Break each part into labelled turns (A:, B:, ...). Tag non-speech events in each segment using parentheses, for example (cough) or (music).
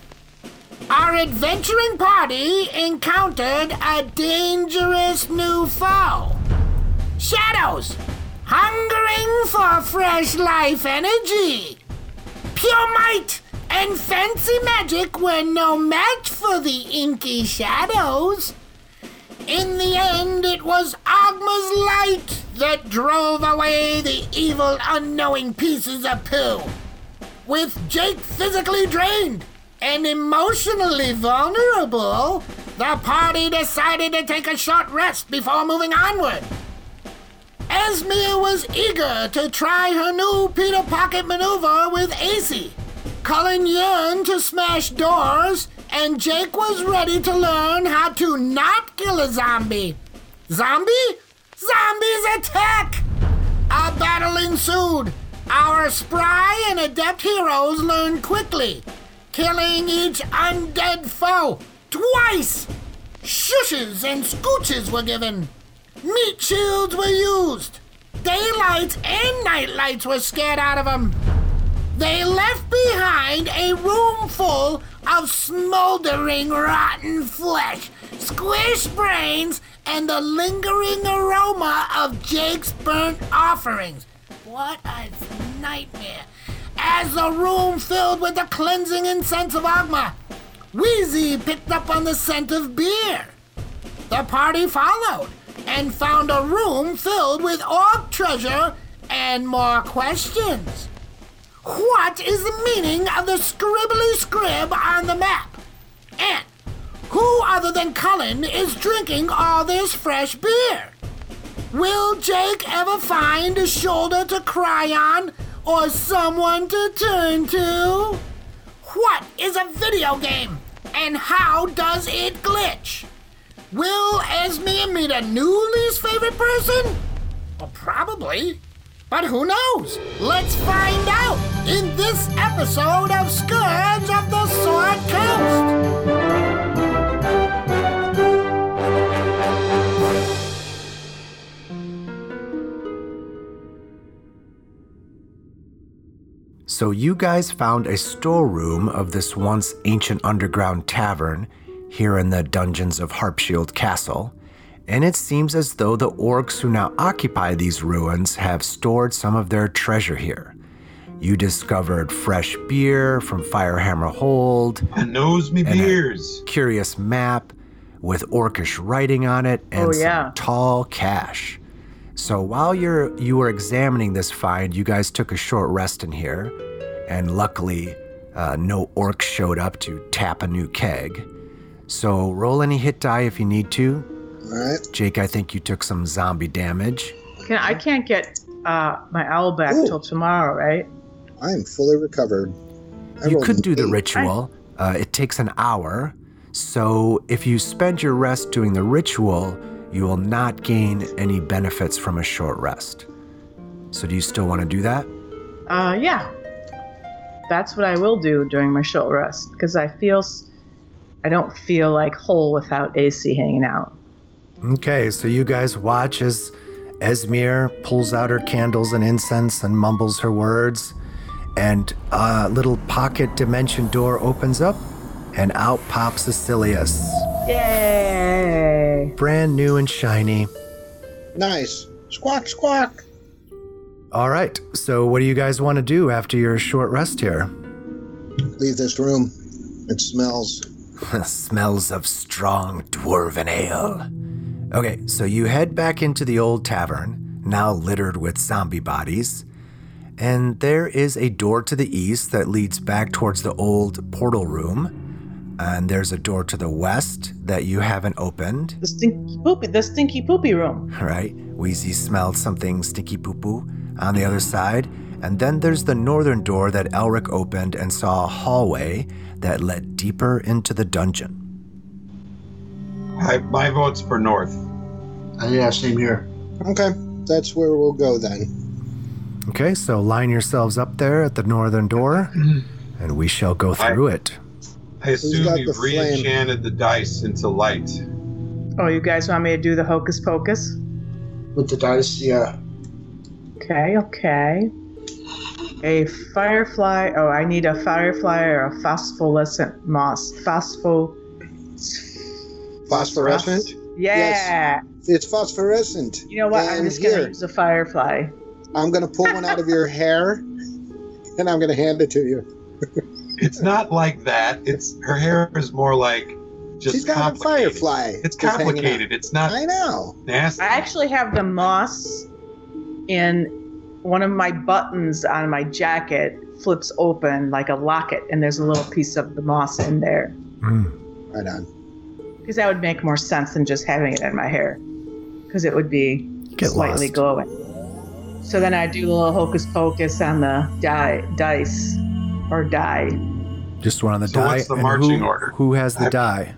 A: our adventuring party encountered a dangerous new foe. Shadows, hungering for fresh life energy. Pure might and fancy magic were no match for the inky shadows. In the end, it was Agma's light that drove away the evil, unknowing pieces of poo with Jake physically drained and emotionally vulnerable, the party decided to take a short rest before moving onward. Esmir was eager to try her new Peter Pocket maneuver with AC. Cullen yearned to smash doors, and Jake was ready to learn how to not kill a zombie. Zombie? Zombies attack! A battle ensued. Our spry and adept heroes learned quickly, killing each undead foe twice. Shushes and scooches were given. Meat shields were used. Daylights and nightlights were scared out of them. They left behind a room full of smoldering rotten flesh, squished brains, and the lingering aroma of Jake's burnt offerings. What a nightmare! As the room filled with the cleansing incense of Agma, Wheezy picked up on the scent of beer. The party followed and found a room filled with orc treasure and more questions. What is the meaning of the scribbly scrib on the map? And who other than Cullen is drinking all this fresh beer? Will Jake ever find a shoulder to cry on or someone to turn to? What is a video game and how does it glitch? Will Esmir meet a new least favorite person? Well, probably. But who knows? Let's find out in this episode of Scourge of the Sword Coast.
B: So, you guys found a storeroom of this once ancient underground tavern here in the dungeons of Harpshield Castle, and it seems as though the orcs who now occupy these ruins have stored some of their treasure here. You discovered fresh beer from Firehammer Hold,
C: Knows me
B: And a-
C: beers.
B: curious map with orcish writing on it and
D: Oh,
B: some
D: yeah.
B: tall cash. So while you're you were examining this find, you guys took a short rest in here, and luckily, uh, no orc showed up to tap a new keg. So roll any hit die if you need to.
E: All right.
B: Jake, I think you took some zombie damage.
D: Can, I can't get uh, my owl back
E: Ooh.
D: till tomorrow, right?
E: I am fully recovered. I
B: you
E: rolled
B: could
E: an
B: do the
E: eight.
B: ritual. Uh, it takes an hour. So if you spend your rest doing the ritual, you will not gain any benefits from a short rest. So do you still want to do that?
D: Uh, yeah. That's what I will do during my short rest because I feel s- I don't feel like whole without AC hanging out.
B: Okay, so you guys watch as Esmir pulls out her candles and incense and mumbles her words, and a little pocket dimension door opens up, and out pops Acilius,
D: Yay!
B: brand new and shiny.
E: Nice. Squawk, squawk.
B: All right, so what do you guys want to do after your short rest here?
E: Leave this room. It smells.
B: (laughs) Smells of strong dwarven ale. Okay, so you head back into the old tavern, now littered with zombie bodies, and there is a door to the east that leads back towards the old portal room, and there's a door to the west that you haven't opened.
D: The stinky poopy, the stinky poopy room.
B: All right, Wheezy smelled something stinky poo poo on the other side. And then there's the northern door that Elric opened and saw a hallway that led deeper into the dungeon.
C: I, my vote's for North.
F: Uh, yeah, same here.
E: Okay, that's where we'll go then.
B: Okay, so line yourselves up there at the northern door, and we shall go
C: I-
B: through it.
C: I assume
E: got
C: you've
E: the flame?
C: re-enchanted the dice into light.
D: Oh, you guys want me to do the hocus pocus?
F: With the dice, yeah.
D: Okay, okay. A firefly. Oh, I need a firefly or a phospholescent moss. Phospho.
E: Phosphorescent?
D: Yeah.
E: Yes. It's phosphorescent.
D: You know what? I'm
E: And
D: just gonna
E: here,
D: use a firefly.
E: I'm gonna pull one out
B: (laughs)
E: of your hair, and I'm gonna hand it to you.
C: It's not like that. It's her hair is more like just
E: She's got a
C: complicated.
E: firefly.
C: It's
E: just hanging out.
C: complicated. It's not
E: I know.
C: nasty.
D: I actually have the moss in one of my buttons on my jacket flips open like a locket, and there's a little piece of the moss in there.
B: Mm.
E: Right on.
D: Because that would make more sense than just having it in my hair. Because it would be
B: Get
D: slightly
B: lost.
D: glowing. So then I do a little hocus pocus on the die, dice or die.
B: Just one on the
C: So
B: die.
C: what's the
B: and
C: marching
B: who,
C: order?
B: Who has the
C: I-
B: die?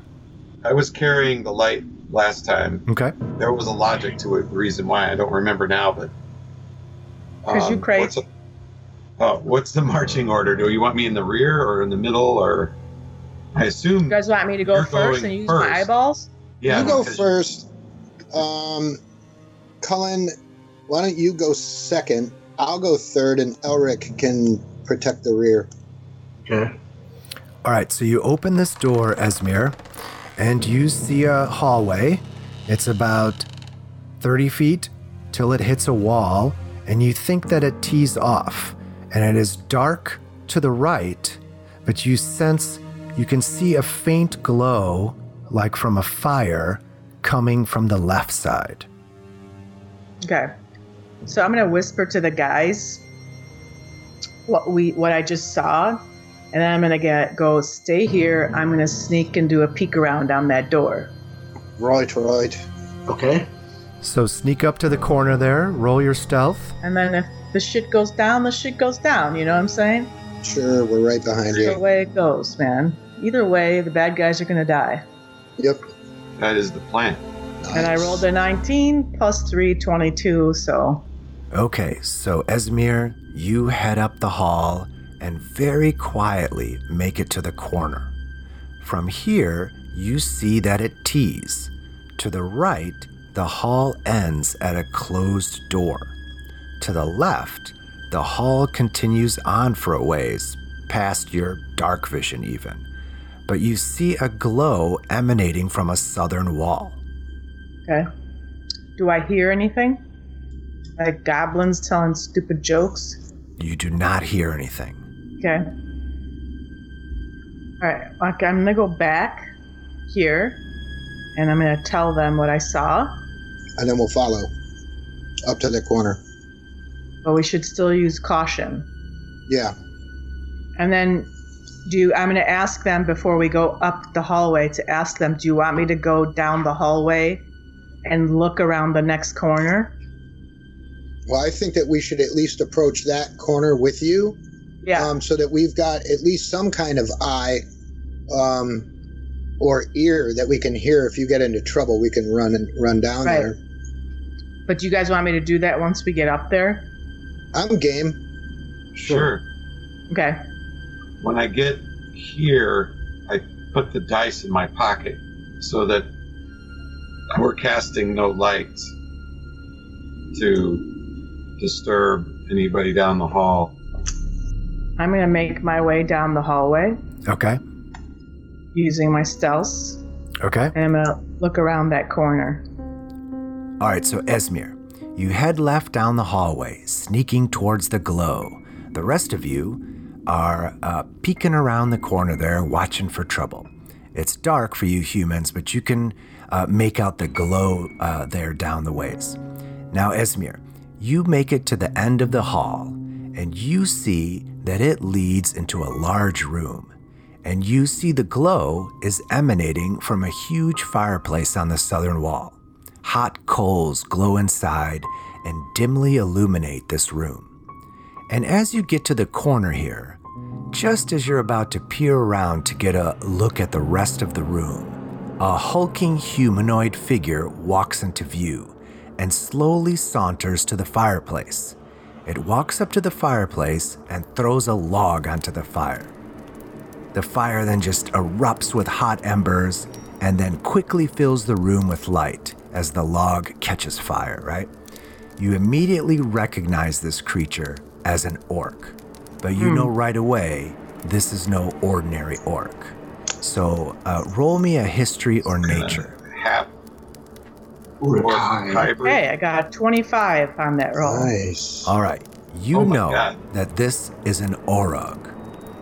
C: I was carrying the light last time.
B: Okay.
C: There was a logic to it, reason why I don't remember now, but. um,
D: 'Cause you crazy.
C: what's the- Oh, what's the marching order? Do you want me in the rear or in the middle or? I assume.
D: You guys want me to go
C: You're
D: first
C: going
D: and use
C: first.
D: my eyeballs?
C: yeah,
E: you go
C: because-
E: first. Um, Cullen, why don't you go second? I'll go third, and Elric can protect the rear.
F: Okay.
B: All right, so you open this door, Esmir, and you see a hallway. It's about 30 feet till it hits a wall, and you think that it tees off. And it is dark to the right, but you sense you can see a faint glow, like from a fire, coming from the left side.
D: Okay. So I'm gonna whisper to the guys what we what I just saw, and then I'm gonna get go stay here. I'm gonna sneak and do a peek around on that door.
E: Right, right.
F: Okay.
B: So sneak up to the corner there, roll your stealth.
D: And then if the shit goes down, the shit goes down. You know what I'm saying?
E: Sure, we're right behind
D: Either
E: you.
D: way it goes, man. Either way, the bad guys are gonna die.
E: Yep.
C: That is the plan.
D: And I rolled a 19 plus 3, 22. So
B: Okay, so Esmir, you head up the hall and very quietly make it to the corner. From here, you see that it tees. To the right, the hall ends at a closed door. To the left, the hall continues on for a ways, past your dark vision even. But you see a glow emanating from a southern wall.
D: okay. Do I hear anything? Like goblins telling stupid jokes?
B: You do not hear anything.
D: Okay. All right. Okay, I'm gonna go back here, and I'm gonna tell them what I saw.
E: And then we'll follow up to the corner.
D: But we should still use caution.
E: Yeah.
D: And then, do I'm gonna ask them before we go up the hallway to ask them, do you want me to go down the hallway and look around the next corner?
E: Well, I think that we should at least approach that corner with you
D: Yeah.
E: um, so that we've got at least some kind of eye um, or ear that we can hear. If you get into trouble, we can run and run down
D: Right.
E: there.
D: but do you guys want me to do that once we get up there?
E: I'm game.
C: Sure.
D: Okay.
C: When I get here, I put the dice in my pocket so that we're casting no lights to disturb anybody down the hall.
D: I'm gonna make my way down the hallway
B: Okay?
D: using my stealth,
B: Okay?
D: and I'm gonna look around that corner.
B: All right, so Esmir, you head left down the hallway, sneaking towards the glow. The rest of you are uh, peeking around the corner there, watching for trouble. It's dark for you humans, but you can uh, make out the glow uh, there down the ways. Now, Esmir, you make it to the end of the hall, and you see that it leads into a large room. And you see the glow is emanating from a huge fireplace on the southern wall. Hot coals glow inside and dimly illuminate this room. And as you get to the corner here, just as you're about to peer around to get a look at the rest of the room, a hulking humanoid figure walks into view and slowly saunters to the fireplace. It walks up to the fireplace and throws a log onto the fire. The fire then just erupts with hot embers and then quickly fills the room with light as the log catches fire, right? You immediately recognize this creature as an orc, but you know right away this is no ordinary orc. So uh, roll me a history or nature.
C: Half
F: Ooh,
C: orc
F: hi.
C: hybrid.
D: Hey, I got 25 on that roll.
E: Nice.
B: All right, you
C: Oh my
B: know
C: God.
B: that this is an orog,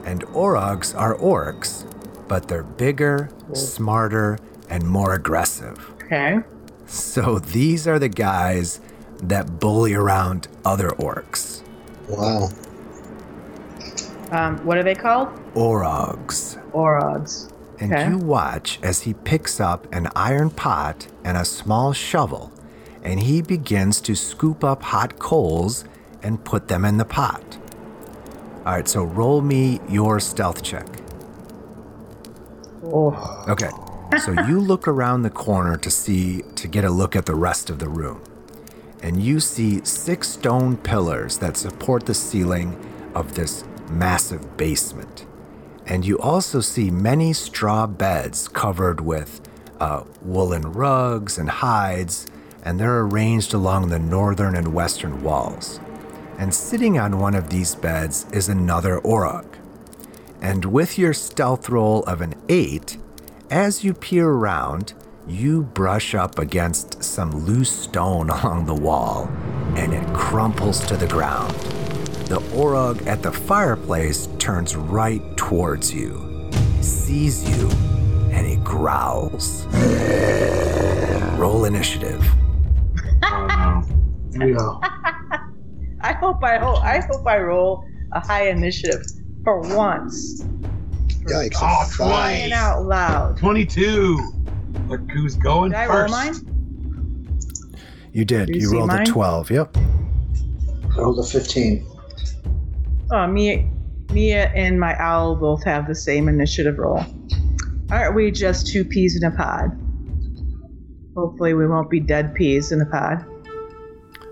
B: and orogs are orcs, but they're bigger, smarter, and more aggressive.
D: Okay.
B: So these are the guys that bully around other orcs.
E: Wow.
D: Um, what are they called?
B: Orogs.
D: Orogs.
B: And
D: Okay.
B: you watch as he picks up an iron pot and a small shovel, and he begins to scoop up hot coals and put them in the pot. All right, so roll me your stealth check.
D: Oh,
B: Okay. So you look around the corner to see to get a look at the rest of the room. And you see six stone pillars that support the ceiling of this massive basement. And you also see many straw beds covered with uh, woolen rugs and hides, and they're arranged along the northern and western walls. And sitting on one of these beds is another orog. And with your stealth roll of an 8, as you peer around, you brush up against some loose stone (laughs) along the wall and it crumples to the ground. The orog at the fireplace turns right towards you, sees you, and he growls. Roll initiative.
C: Oh,
D: (laughs)
C: no.
F: Here we go.
D: I hope I hope I hope I roll a high initiative for once.
E: Yikes.
C: Oh,
E: Five.
C: twice.
D: Saying out loud.
C: 22. Look who's going
D: Did I roll
C: first.
D: mine?
B: You did.
D: Do you You see rolled a mine?
B: 12. Yep.
F: I rolled a 15.
D: Oh, Mia, Mia and my owl both have the same initiative roll. Aren't we just two peas in a pod? Hopefully, we won't be dead peas in a pod.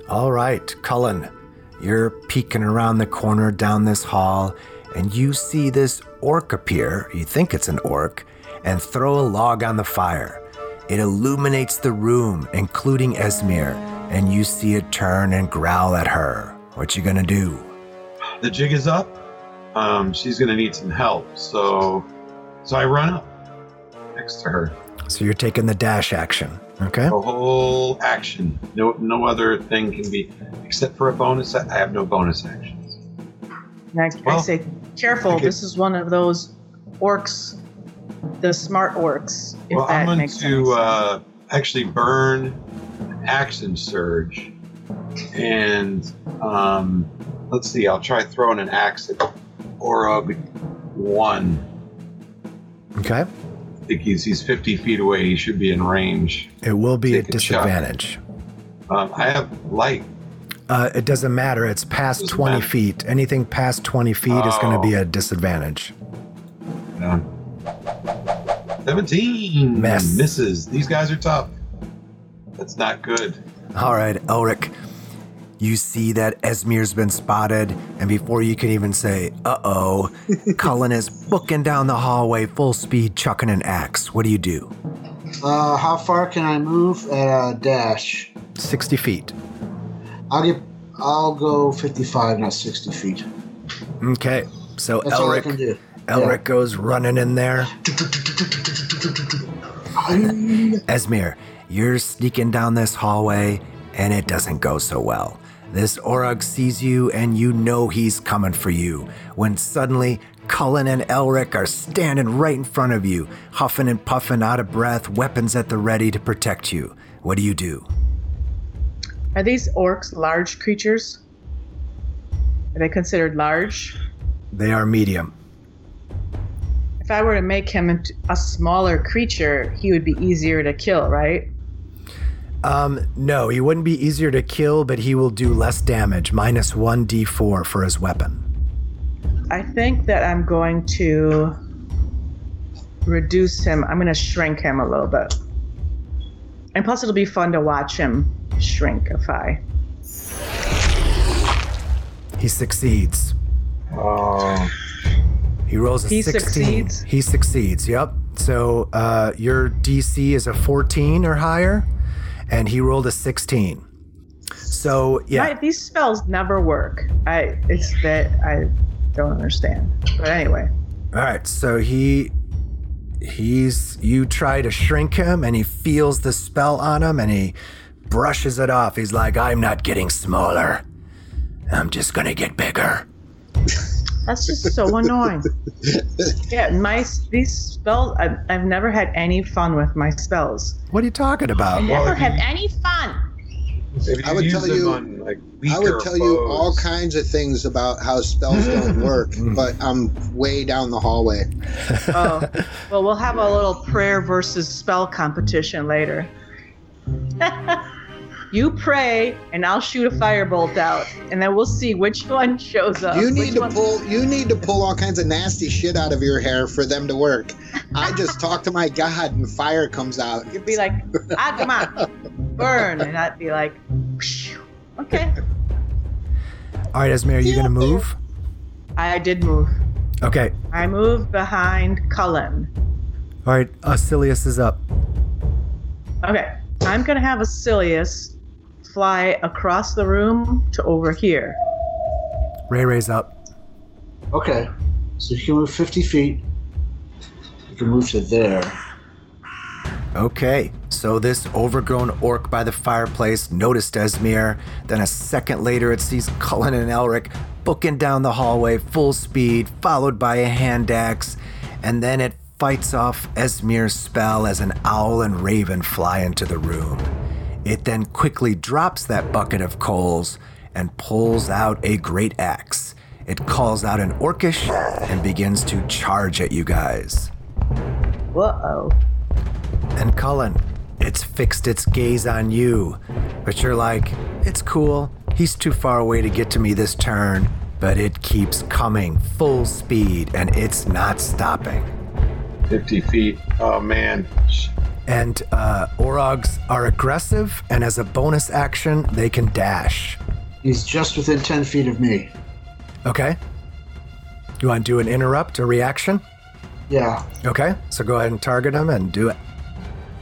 B: All right, Cullen, you're peeking around the corner down this hall, and you see this orc appear. You think it's an orc, and throw a log on the fire. It illuminates the room, including Esmir, and you see it turn and growl at her. What you gonna do?
C: The jig is up. Um, she's going to need some help. So, so I run up next to her.
B: So you're taking the dash action, okay?
C: The whole action. No, no other thing can be except for a bonus. I have no bonus actions.
D: And I, I
C: Well,
D: say, careful,
C: okay.
D: this is one of those orcs, the smart orcs, if
C: well,
D: that
C: I'm going
D: makes
C: to
D: sense.
C: uh, actually burn an action surge, and um, let's see. I'll try throwing an axe at Orog one.
B: Okay.
C: I think he's he's 50 feet away. He should be in range.
B: It will be at
C: Take a shot.
B: disadvantage.
C: Um, I have light.
B: Uh, it doesn't matter. It's past
C: Doesn't
B: 20
C: matter.
B: feet. Anything past 20 feet is going to
C: Oh.
B: be a disadvantage.
C: Yeah. 17
B: Miss.
C: misses. These guys are tough. That's not good.
B: All right, Elric. You see that Esmir's been spotted, and before you can even say, uh
F: (laughs)
B: oh, Cullen is booking down the hallway full speed, chucking an axe. What do you do?
F: Uh, how far can I move at a dash?
B: 60 feet.
F: I'll get. I'll go 55, not 60 feet.
B: Okay, so
F: That's all I can
B: Elric,
F: do.
B: Elric goes running in there. Esmir, you're sneaking down this hallway, and it doesn't go so well. This Orog sees you, and you know he's coming for you. When suddenly, Cullen and Elric are standing right in front of you, huffing and puffing, out of breath, weapons at the ready to protect you. What do you do?
C: uh,
D: Are these orcs large creatures? Are they considered large?
B: They are medium.
D: If I were to make him into a smaller creature, he would be easier to kill, right?
B: Um, no, he wouldn't be easier to kill, but he will do less damage, minus 1d4 for his weapon.
D: I think that I'm going to reduce him. I'm gonna shrink him a little bit. And plus, it'll be fun to watch him shrinkify.
B: He succeeds.
C: Oh,
B: He rolls a
D: Uh, He
B: 16.
D: succeeds?
B: He succeeds, yep. So uh, your DC is a 14 or higher, and he rolled a 16. So, yeah.
D: My- these spells never work. I it's that I don't understand. But anyway,
B: All right, so he he's you try to shrink him and he feels the spell on him and he brushes it off. He's like, "I'm not getting smaller. I'm just going to get bigger."
D: that's just so annoying. Yeah, my these spells. I've, I've never had any fun with my spells.
B: What are you talking about?
D: Never have any fun.
C: if
E: I would
C: use
E: tell
C: them
E: you-
C: on, like,
E: I would
C: weaker
E: tell you
C: foes-
E: all kinds of things about how spells don't work,
F: Mm.
E: but I'm way down the hallway.
D: Oh, well, we'll have a little prayer versus spell competition later. (laughs) you pray, and I'll shoot a firebolt out, and then we'll see which one shows up.
E: You
D: Uh, which
E: need to
D: one-
E: pull. You need to pull all kinds of nasty shit out of your hair for them to work. I
D: (laughs)
E: just talk to my God, and fire comes out.
D: You'd be like, ah, come on, burn, and I'd be like, "Phew, okay.
B: All right, Esme, are you going to move?
D: I did move.
B: Okay.
D: I moved behind Cullen.
B: All right, Osilius is up.
D: Okay, I'm gonna have Asilius fly across the room to over here.
B: Ray Ray's up.
F: Okay. So you can move 50 feet. You can move to there.
B: Okay, so this overgrown orc by the fireplace noticed Esmir. Then a second later, it sees Cullen and Elric booking down the hallway full speed, followed by a hand axe. And then it fights off Esmir's spell as an owl and raven fly into the room. It then quickly drops that bucket of coals and pulls out a great axe. It calls out an orcish and begins to charge at you guys.
D: Whoa.
B: And Cullen, it's fixed its gaze on you, but you're like, it's cool. He's too far away to get to me this turn, but it keeps coming full speed and it's not stopping.
C: 50 feet. Oh, man.
B: And uh, Orogs are aggressive, and as a bonus action, they can dash.
F: He's just within 10 feet of me.
B: Okay? You want to do an interrupt, a reaction?
F: Yeah.
B: Okay, so go ahead and target him and do it.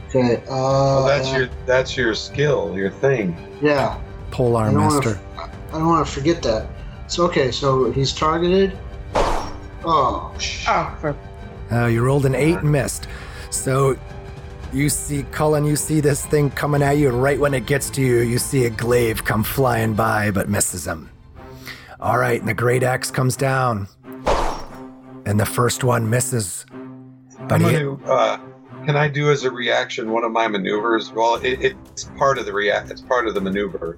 F: Okay. Uh,
C: Oh, that's your that's your skill, your thing.
F: Yeah.
B: Pole
F: I
B: arm
F: don't, want
B: master.
F: to, I don't want to forget that. So, okay. So he's targeted. Oh,
D: Oh, for
B: Uh, you rolled an eight and missed. So you see, Cullen, you see this thing coming at you, and right when it gets to you, you see a glaive come flying by, but misses him. All right, and the great axe comes down, and the first one misses. But
C: I'm
B: he,
C: gonna, uh, can I do as a reaction one of my maneuvers? Well, it, it's part of the react. It's part of the maneuver.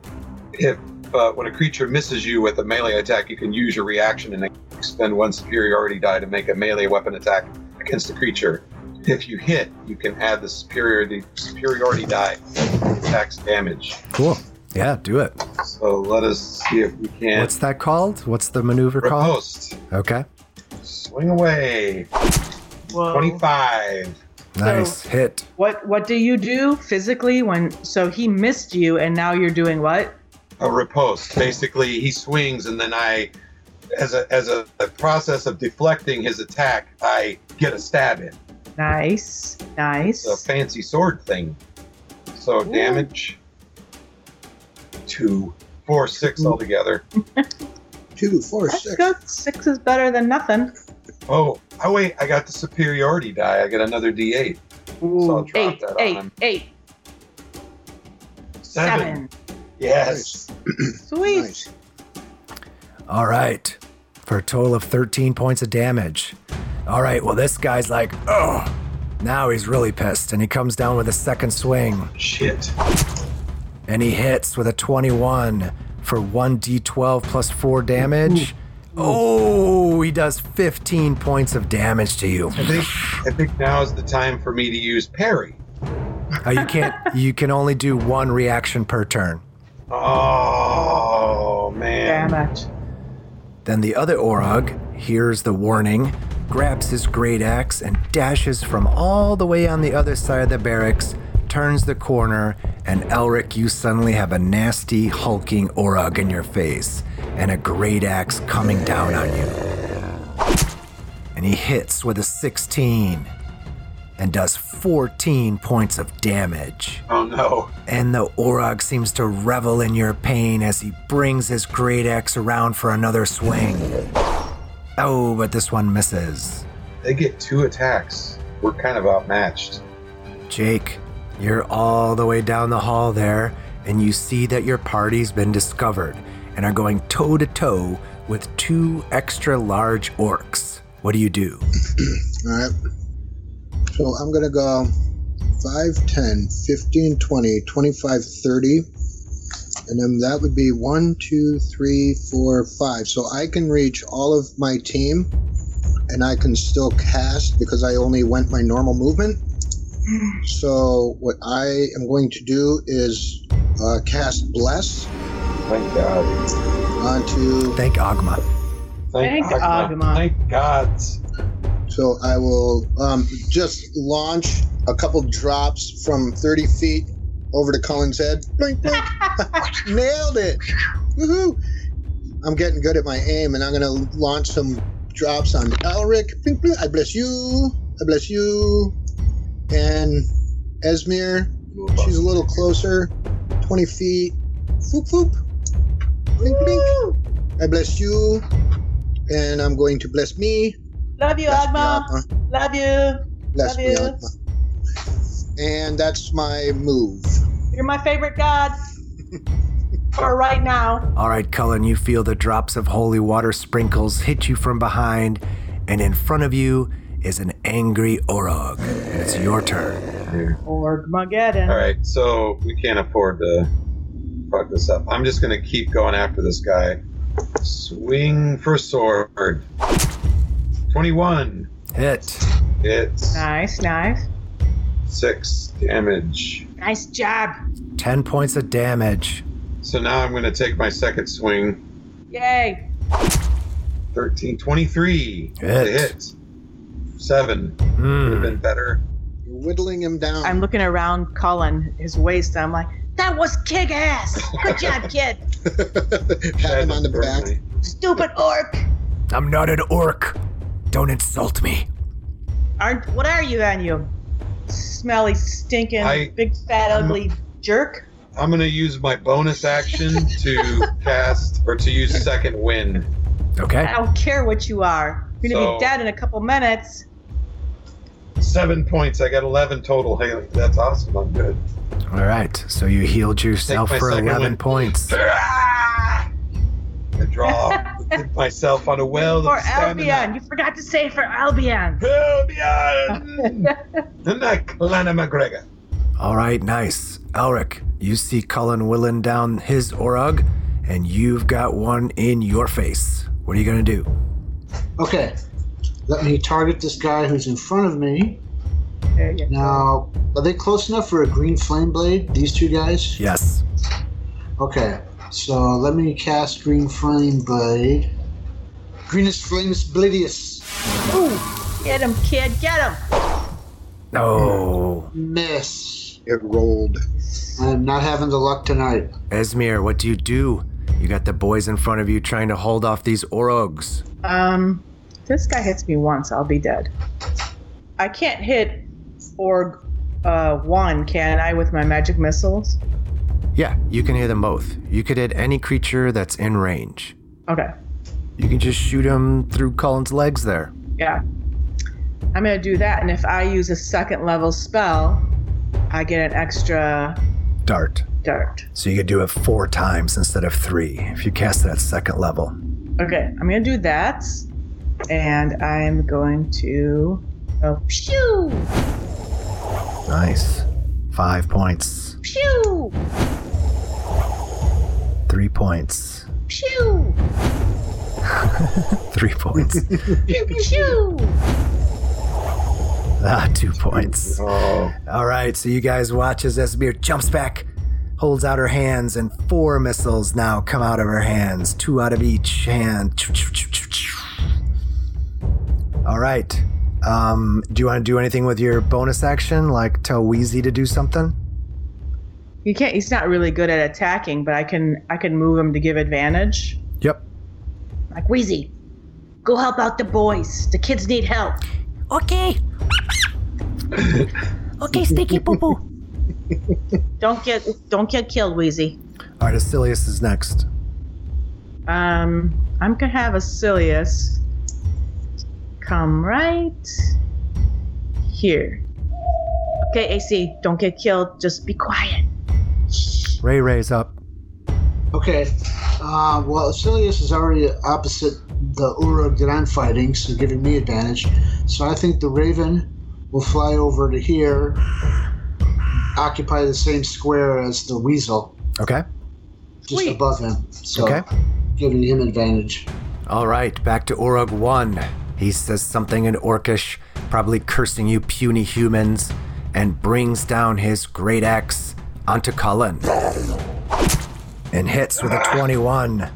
C: If uh, when a creature misses you with a melee attack, you can use your reaction and expend one superiority die to make a melee weapon attack against the creature. If you hit, you can add the superiority superiority die to the attack's damage.
B: cool. Yeah, do it.
C: So let us see if we can
B: What's that called? What's the maneuver called?
C: riposte.
B: Okay.
C: Swing away.
D: whoa.
C: Twenty-five.
B: Nice hit.
D: What What do you do physically when? So he missed you, and now you're doing what?
C: a riposte. Basically, he swings, and then I, as a as a, a process of deflecting his attack, I get a stab in.
D: Nice,
C: It's a
D: nice.
C: fancy sword thing. So damage two, four, six altogether.
E: Two, four,
D: That's
E: six.
D: good. Six is better than nothing.
C: Oh, oh wait, I got the superiority die. I get another D8. So I'll drop
D: Eight,
C: that
D: eight,
C: on him.
D: eight,
C: Seven. Yes.
D: Sweet.
E: Nice.
B: All right. For a total of 13 points of damage. All right, well, this guy's like, oh. Now he's really pissed, and he comes down with a second swing.
C: Shit.
B: and he hits with a 21 for 1d12 plus 4 damage. Oh, he does 15 points of damage to you.
C: I think I think now is the time for me to use parry.
B: Uh, you can't you can only do one reaction per turn.
C: Oh man.
D: Damn it.
C: Oh,
B: Then the other Orog hears the warning grabs his great axe, and dashes from all the way on the other side of the barracks, turns the corner, and Elric, you suddenly have a nasty, hulking Orug in your face, and a great axe coming down on you. And he hits with a 16 and does 14 points of damage.
C: Oh no.
B: And the Orog seems to revel in your pain as he brings his great axe around for another swing. Oh, but this one misses.
C: They get two attacks. We're kind of outmatched.
B: Jake, you're all the way down the hall there, and you see that your party's been discovered and are going toe to toe with two extra large orcs. What do you do?
E: All right. So I'm going to go 5, 10, 15, 20, 25, 30. And then that would be 1, 2, 3, 4, 5. So I can reach all of my team and I can still cast because I only went my normal movement. So what I am going to do is uh, cast Bless
C: Thank God.
E: onto.
B: Thank Agma.
D: Thank Agma.
C: Thank God.
E: So I will um, just launch a couple drops from 30 feet over to Cullen's head. Blink, blink. (laughs) Nailed it. Woohoo. I'm getting good at my aim, and I'm going to launch some drops on Elric. Blink, blink. I bless you. I bless you. And Esmir, she's a little closer, 20 feet. Foop, foop. Blink, blink. I bless you. And I'm going to bless me.
D: Love you,
E: Bless me,
D: Agma.
E: Agma.
D: Love you.
E: Bless
D: Love
E: me,
D: you.
E: Alma. And that's my move.
D: You're my favorite god. For right now.
B: All right, Cullen, you feel the drops of holy water sprinkles hit you from behind, and in front of you is an angry Orog. And it's your turn.
D: Orgmageddon.
C: All right, so we can't afford to fuck this up. I'm just gonna keep going after this guy. Swing for sword. Twenty-one.
B: Hit.
C: It's
D: Nice, nice.
C: six damage.
D: Nice job.
B: 10 points of damage.
C: So now I'm gonna take my second swing.
D: Yay.
C: 13, 23. It's a
B: Hit.
C: hit. Seven. Would have
B: Hmm.
C: been better.
E: You're whittling him down. (laughs)
D: I'm looking around Colin, his waist. I'm like, that was kick ass. Good job, kid.
E: Pat him on the back.
D: Stupid orc.
B: I'm not an orc. Don't insult me.
D: Aren't what are you on you? Smelly, stinking,
C: I-
D: big, fat,
C: I'm-
D: ugly jerk.
C: I'm gonna use my bonus action
E: (laughs)
C: to cast or to use second wind.
D: I
B: Okay.
D: don't care what you are. You're gonna
C: So-
D: be dead in a couple minutes.
C: Seven points. I got eleven total. Haley, that's awesome. I'm good.
B: All right. So you healed yourself
C: Take my
B: for
C: second
B: 11
C: one.
B: points.
C: I
E: (laughs)
C: draw myself on a well
D: for
C: of stamina.
D: Albion, you forgot to say for Albion.
C: Albion! and that Lana McGregor.
B: All right. Nice. Elric, you see Cullen whittling down his Orog, and you've got one in your face. What are you going to do?
F: Okay. Let me target this guy who's in front of me.
D: There you go.
F: Now, are they close enough for a green flame blade? These two guys?
B: Yes.
F: Okay, so let me cast Green Flame Blade. Greenest Flames Bladius.
D: Ooh, get him, kid, get him.
B: Oh.
F: Miss.
E: It rolled.
F: I'm not having the luck tonight.
B: Esmir, what do you do? You got the boys in front of you trying to hold off these Orogs.
D: Um, if this guy hits me once, I'll be dead. I can't hit org uh, one, can I, with my magic missiles?
B: Yeah, you can hit them both. You could hit any creature that's in range.
D: Okay,
B: You can just shoot him through Cullen's legs there.
D: yeah. I'm gonna do that, and if I use a second level spell, I get an extra
B: Dart.
D: dart.
B: So you could do it four times instead of three if you cast it at second level.
D: Okay, I'm gonna do that, and I'm going to go pew
B: Nice. Five points.
D: pew
B: Three points.
D: pew
B: Three (laughs) points.
D: pew pew.
B: ah, two points.
C: Oh,
B: All right, so you guys watch as Esbir jumps back, holds out her hands, and four missiles now come out of her hands, two out of each hand. All right. Um, do you want to do anything with your bonus action, like tell Wheezy to do something?
D: He can't. He's not really good at attacking, but I can. I can move him to give advantage.
B: Yep.
D: Like Wheezy, go help out the boys. The kids need help. (laughs)
A: Okay. okay, stinky poo poo.
D: Don't get. Don't get killed, Wheezy.
B: All right, Asilius is next.
D: Um, I'm gonna have Asilius come right here. Okay, AC, don't get killed. Just be quiet.
B: Ray Ray's up.
F: Okay. Uh, well, Silius is already opposite the Uruk that I'm fighting, so giving me advantage. So I think the Raven will fly over to here, occupy the same square as the Weasel,
B: Okay.
F: just
D: Wait.
F: above him. So
B: Okay.
F: giving him advantage.
B: All right, back to Orog 1. He says something in Orcish, probably cursing you puny humans, and brings down his great axe onto Cullen. And hits with a 21.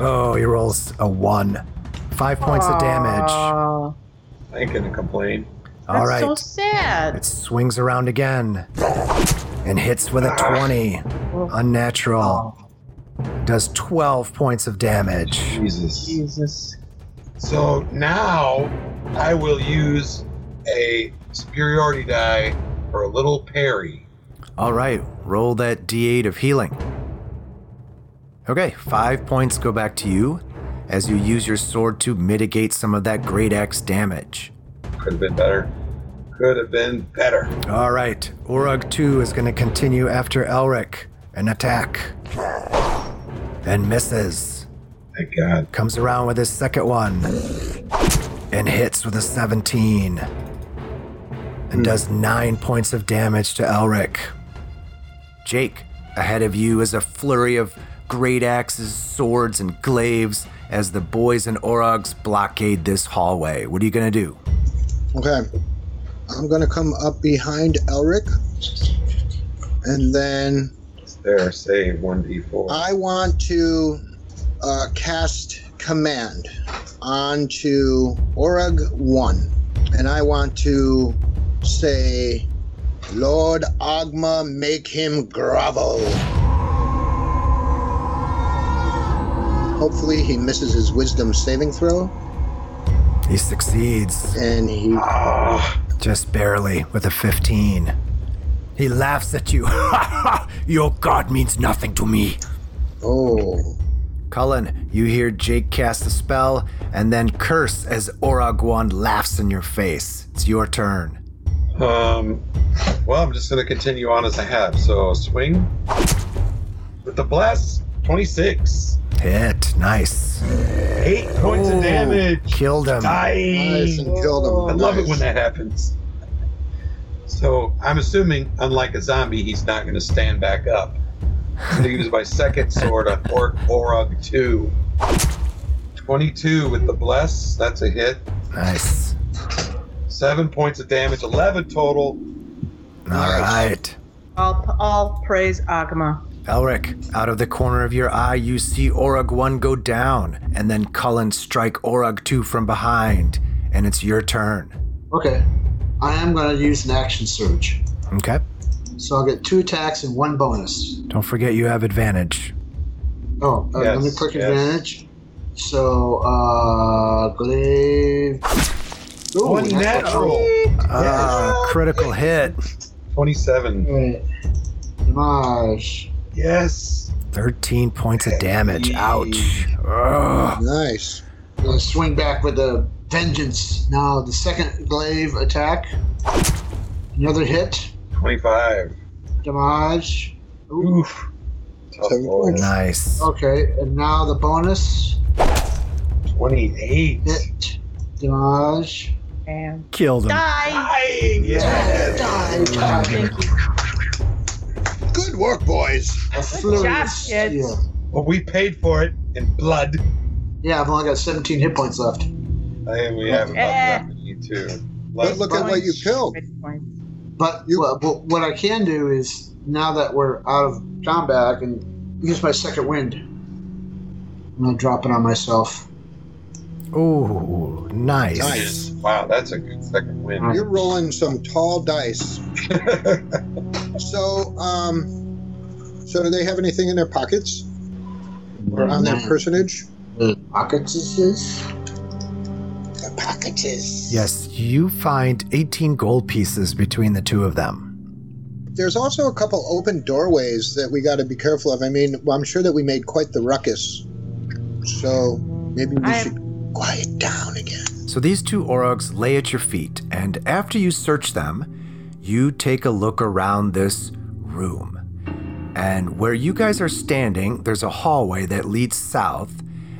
B: Oh, he rolls a 1. Five points of damage.
D: Oh,
C: I ain't gonna complain.
D: that's
B: All right.
D: so sad.
B: It swings around again and hits with a 20.
D: Oh.
B: Unnatural. Does 12 points of damage.
C: Jesus.
D: Jesus.
C: So now I will use a superiority die for a little parry.
B: All right, roll that d8 of healing. Okay, five points go back to you as you use your sword to mitigate some of that great axe damage.
C: Could have been better. Could have been better.
B: All right, Urug 2 is going to continue after Elric and attack. And misses.
C: Thank God.
B: Comes around with his second one and hits with a 17 and does nine points of damage to Elric. Jake, ahead of you is a flurry of great axes, swords, and glaives as the boys and Orogs blockade this hallway. What are you going to do?
E: Okay. I'm gonna come up behind Elric, and then
C: There, save 1d4.
E: I want to uh, cast command onto Orag One, and I want to say, "Lord Agma, make him grovel." Hopefully, he misses his wisdom saving throw,
B: He succeeds
E: and he
C: Ah,
B: just barely with a 15. He laughs at you. (laughs) Your god means nothing to me.
E: oh.
B: Cullen, you hear Jake cast a spell and then curse as Oraguan laughs in your face. It's your turn.
C: um, well, I'm just going to continue on as I have. So swing with the blast. 26.
B: Hit. Nice.
C: Eight points
B: Ooh,
C: of damage.
B: Killed him.
E: Nice
C: Nice.
E: and killed him.
C: I love it
E: Nice.
C: when that happens. So I'm assuming, unlike a zombie, he's not going to stand back up. I'm going to use my second sword on or- Orog 2. 22 with the bless. That's a hit.
B: Nice.
C: Seven points of damage. 11 total.
B: All right.
D: All, all praise Agma.
B: Elric, out of the corner of your eye, you see Orog 1 go down, and then Cullen strike Orog 2 from behind, and it's your turn.
F: Okay. I am going to use an action surge.
B: Okay?
F: So I'll get two attacks and one bonus.
B: Don't forget you have advantage.
F: Oh, uh, let me
C: Yes,
F: click
C: yes.
F: advantage. So, uh, glaive. Ooh,
C: One natural.
B: Ah, critical hit.
C: 27.
F: Right. Damage.
C: Yes.
B: 13 points of damage. Ouch. Ugh.
E: Nice.
F: Gonna swing back with a vengeance. Now the second glaive attack. Another hit.
C: 25.
F: Damage. Ooh.
C: Oof. Tough
E: Seven
C: roll.
E: points.
B: Nice.
F: Okay, and now the bonus
C: 28.
F: hit. Damage.
D: And
B: Killed him.
D: die.
C: Dying. Yes.
F: Die, die.
E: Good work, boys.
F: A furious
D: kids.
F: steal.
C: Well, we paid for it in blood.
F: Yeah, I've only got 17 hit points left.
C: I, we have about
D: Eh.
C: that many too.
E: But look at what you killed.
D: Good point.
F: But
E: You-
F: what, what- what I can do is now that we're out of combat, I can use my second wind. I'm gonna drop it on myself.
B: Oh, nice.
E: Nice.
C: Wow, that's a good second win.
E: You're rolling some tall dice.
C: Mm.
E: so, um, so do they have anything in their pockets or on their personage?
F: Pockets is this?
E: Their pockets is.
B: Yes, you find 18 gold pieces between the two of them.
E: There's also a couple open doorways that we got to be careful of. I mean, well, I'm sure that we made quite the ruckus. So maybe we
D: I-
E: should quiet down again.
B: So these two orogs lay at your feet, and after you search them, you take a look around this room. And where you guys are standing, there's a hallway that leads south.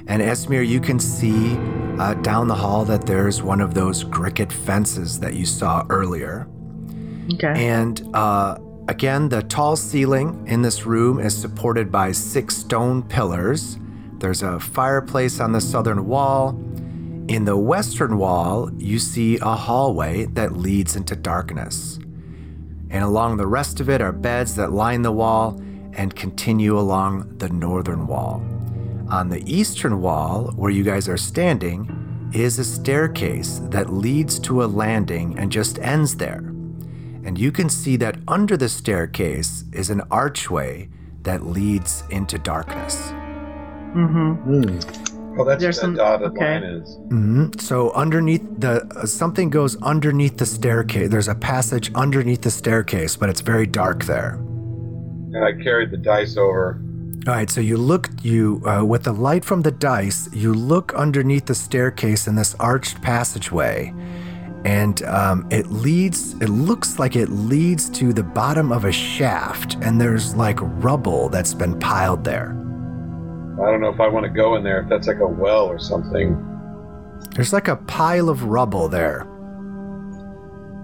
B: And Esmir, you can see uh, down the hall that there's one of those cricket fences that you saw earlier.
D: Okay.
B: And uh, again, the tall ceiling in this room is supported by six stone pillars. There's a fireplace on the southern wall. In the western wall, you see a hallway that leads into darkness. And along the rest of it are beds that line the wall and continue along the northern wall. On the eastern wall, where you guys are standing, is a staircase that leads to a landing and just ends there and you can see that under the staircase is an archway that leads into darkness.
D: Mm-hmm.
C: (laughs) Well, that's
D: There's
C: what
D: some-
C: that dotted
D: okay.
C: line is.
B: Mhm. So underneath the uh, something goes underneath the staircase. There's a passage underneath the staircase, but it's very dark there.
C: And I carried the dice over.
B: All right, so you look you uh, with the light from the dice, you look underneath the staircase in this arched passageway, and um, it leads. It looks like it leads to the bottom of a shaft, and there's like rubble that's been piled there.
C: I don't know if I want to go in there, if that's like a well or something.
B: There's like a pile of rubble there.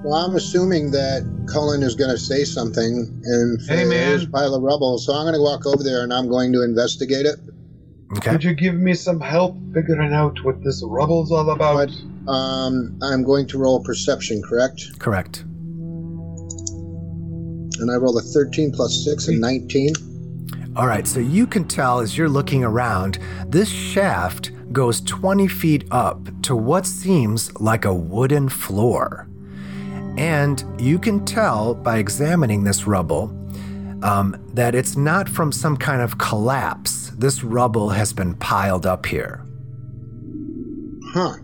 E: Well, I'm assuming that Cullen is going to say something and say,
C: Hey, man.
E: "There's a pile of rubble. So I'm going to walk over there and I'm going to investigate it.
B: Okay.
C: Could you give me some help figuring out what this rubble's all about?
E: What? Um, I'm going to roll perception, correct?
B: Correct.
E: And I roll a 13 plus 6 and 19.
B: All right, so you can tell as you're looking around, this shaft goes 20 feet up to what seems like a wooden floor. And you can tell by examining this rubble um, that it's not from some kind of collapse. This rubble has been piled up here.
E: Huh.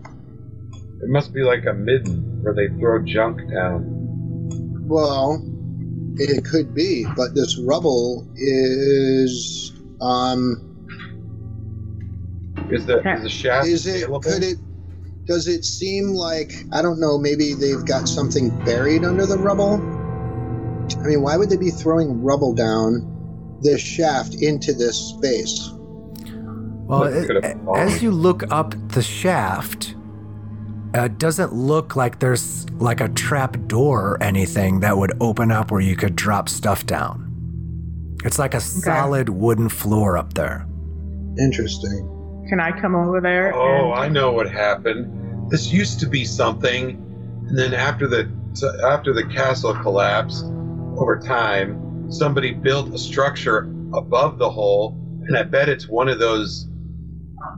C: It must be like a midden where they throw junk down.
E: Well, it could be, but this rubble is. Um,
C: Is the, is the shaft
E: is it.
C: available?
E: Could it. Does it seem like. I don't know, maybe they've got something buried under the rubble? I mean, why would they be throwing rubble down this shaft into this space?
B: Well,
C: Like,
B: it-
C: could it fall?
B: as you look up the shaft, uh, it doesn't look like there's like a trap door or anything that would open up where you could drop stuff down. It's like a solid wooden floor up there.
E: Interesting.
D: Can I come over there?
C: Oh,
D: and-
C: I know what happened. This used to be something, and then after the so after the castle collapsed, over time, somebody built a structure above the hole, and I bet it's one of those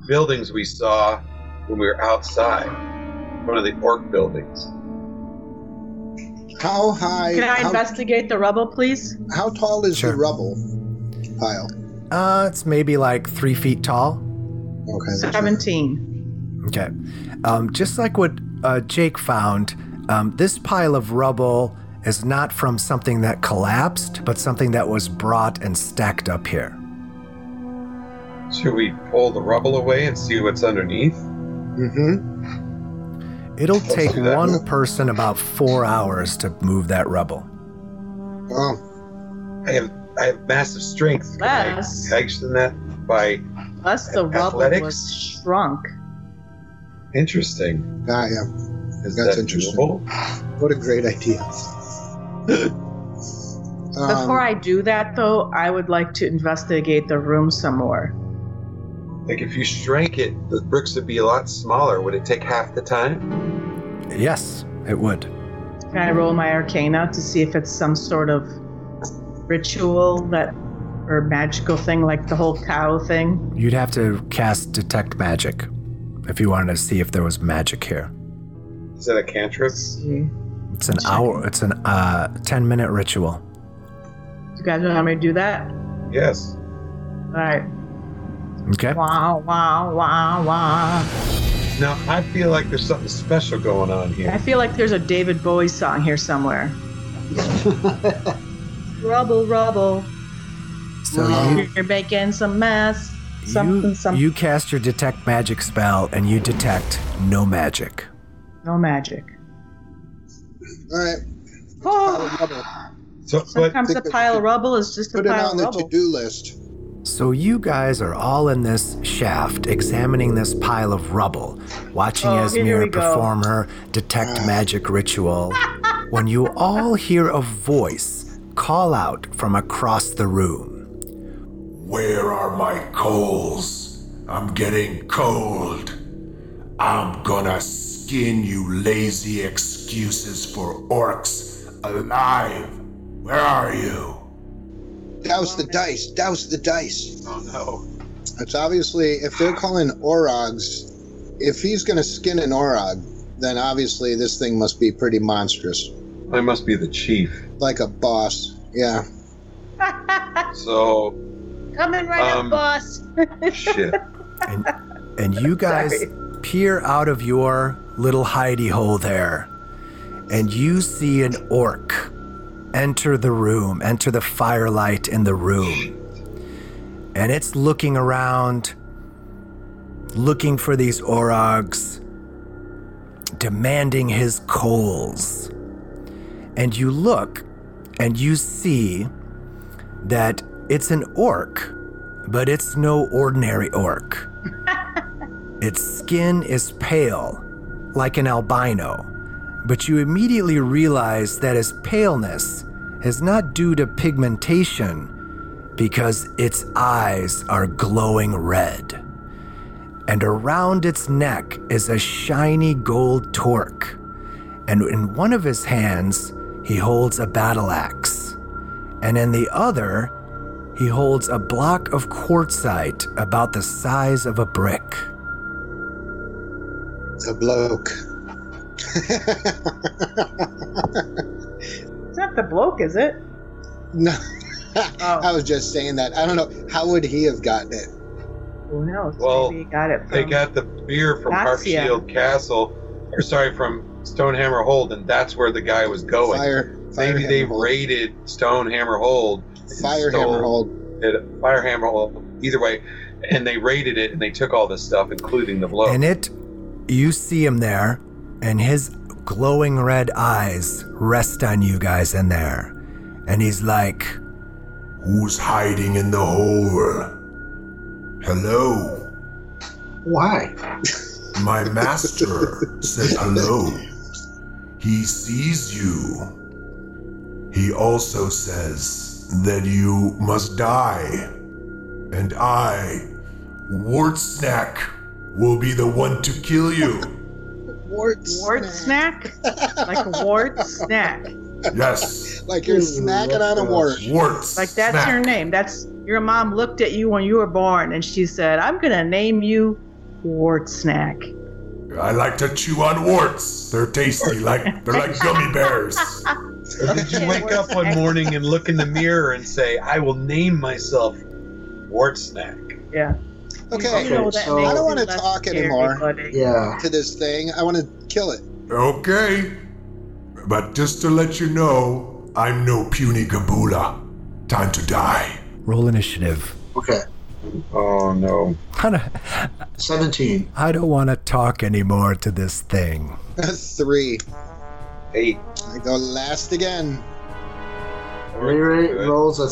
C: buildings we saw when we were outside, one of the orc buildings.
E: How high?
D: Can I
E: how,
D: investigate the rubble, please?
E: how tall is
B: Sure.
E: the rubble pile?
B: Uh, it's maybe like three feet tall.
E: Okay. that's it.
D: 17.
B: Okay. Um, just like what uh, Jake found, um, this pile of rubble is not from something that collapsed, but something that was brought and stacked up here.
C: Should we pull the rubble away and see what's underneath?
E: Mm-hmm.
B: It'll take
C: do that.
B: one person about four hours to move that rubble.
E: Wow.
C: I have I have massive strength. Can I
D: Less,
C: action that by
D: less the rubble
C: Athletics?
D: was shrunk.
C: interesting.
E: Ah, yeah.
C: Is
E: That's
C: that
E: interesting.
C: doable?
E: What a great
D: (laughs)
E: idea.
D: Before
E: Um,
D: I do that, though, I would like to investigate the room some more.
C: Like if you shrank it, the bricks would be a lot smaller. Would it take half the time?
B: Yes, it would.
D: Can I roll my arcana to see if it's some sort of ritual that or magical thing like the whole cow thing?
B: You'd have to cast detect magic. if you wanted to see if there was magic here.
C: Is that a cantrip?
B: It's an hour. It's an uh, ten minute ritual.
D: You guys know how me to do that?
C: Yes.
D: All right.
B: Okay.
D: Wow, wow, wow, wow.
C: Now I feel like there's something special going on
D: I
C: here.
D: feel like there's a David Bowie song
E: (laughs)
D: here somewhere. Rubble, rubble.
B: So you,
D: You're making some mess. Something,
B: you,
D: something.
B: you cast your detect magic spell and you detect no magic.
D: No magic.
E: All
D: (sighs)
E: right.
D: Oh,
C: So, but
D: sometimes a
E: think
D: pile
E: they
D: of rubble is just a
E: Put it
D: pile
E: on
D: of
E: the
D: rubble.
E: to do list.
B: So you guys are all in this shaft, examining this pile of rubble, watching
D: Oh, here we
B: Esmir
D: go.
B: perform her detect magic ritual. when you all hear a voice call out from across the room,
G: Where are my coals? I'm getting cold. I'm gonna skin you lazy excuses for orcs alive. Where are you?
E: Douse the dice. Douse the dice.
C: oh no,
E: It's obviously if they're calling Orogs, if he's going to skin an Orog, then obviously this thing must be pretty monstrous,
C: I must be the chief.
E: like a boss. Yeah.
C: So
D: (laughs) Coming right
C: Um,
D: up, boss.
C: shit.
B: and, and you guys peer out of your little hidey hole there, and you see an orc enter the room, enter the firelight in the room. And it's looking around, looking for these Orogs, demanding his coals. And you look and you see that it's an orc, but it's no ordinary orc. Its skin is pale, like an albino, but you immediately realize that its paleness is not due to pigmentation because its eyes are glowing red. And around its neck is a shiny gold torque. And in one of his hands, he holds a battle axe. And in the other, he holds a block of quartzite about the size of a brick.
E: The bloke.
D: It's not the bloke, is it?
E: (laughs) no.
D: Oh.
C: uh,
E: I was just saying that. I don't know. How would he have gotten it?
D: Who knows?
C: Well,
D: Maybe he got it from.
C: They got the beer from
D: That's-
C: Harp
D: yeah.
C: Shield Castle, or sorry, from Stonehammer Hold, and that's where the guy was going.
E: Fire. fire
C: Oh, Maybe they
E: hammer hold.
C: raided Stonehammer Hold. and
E: Fire
C: stole
E: hammer hold.
C: It, fire Hammer Hold. Either way, and they raided it and they took all this stuff, including the blow.
B: And it, you see him there, and his glowing red eyes rest on you guys in there. And he's like,
G: Who's hiding in the hole? Hello?
F: Why?
G: My master says hello. He sees you. He also says that you must die. And I, Wartsnack, will be the one to kill you.
E: Wart.
D: Wart snack?
E: (laughs)
D: like a wart snack.
G: Yes,
E: Like you're
F: Ooh,
E: snacking on a
F: that's
E: wart.
G: Warts.
D: Like that's your name. That's your mom looked at you when you were born and she said, I'm gonna name you Wart Snack.
G: I like to chew on warts. They're tasty, like they're like gummy bears.
C: Or (laughs) did you wake up one morning and look in the mirror and say, "I will name myself Wartsnack"?
D: Yeah.
E: Okay.
F: Okay, so- I
E: don't
D: makes
E: wanna
D: you less
E: talk
D: scary,
E: anymore.
D: buddy.
F: Yeah.
E: To this thing, I want to kill it. (laughs)
G: Okay. But just to let you know, I'm no puny Gabula. Time to die.
B: roll initiative. (laughs)
F: Okay.
C: Oh no!
B: I don't,
F: 17.
B: I don't want to talk anymore to this thing.
E: Three.
C: Eight.
E: I go last again.
F: Ray Ray rolls a,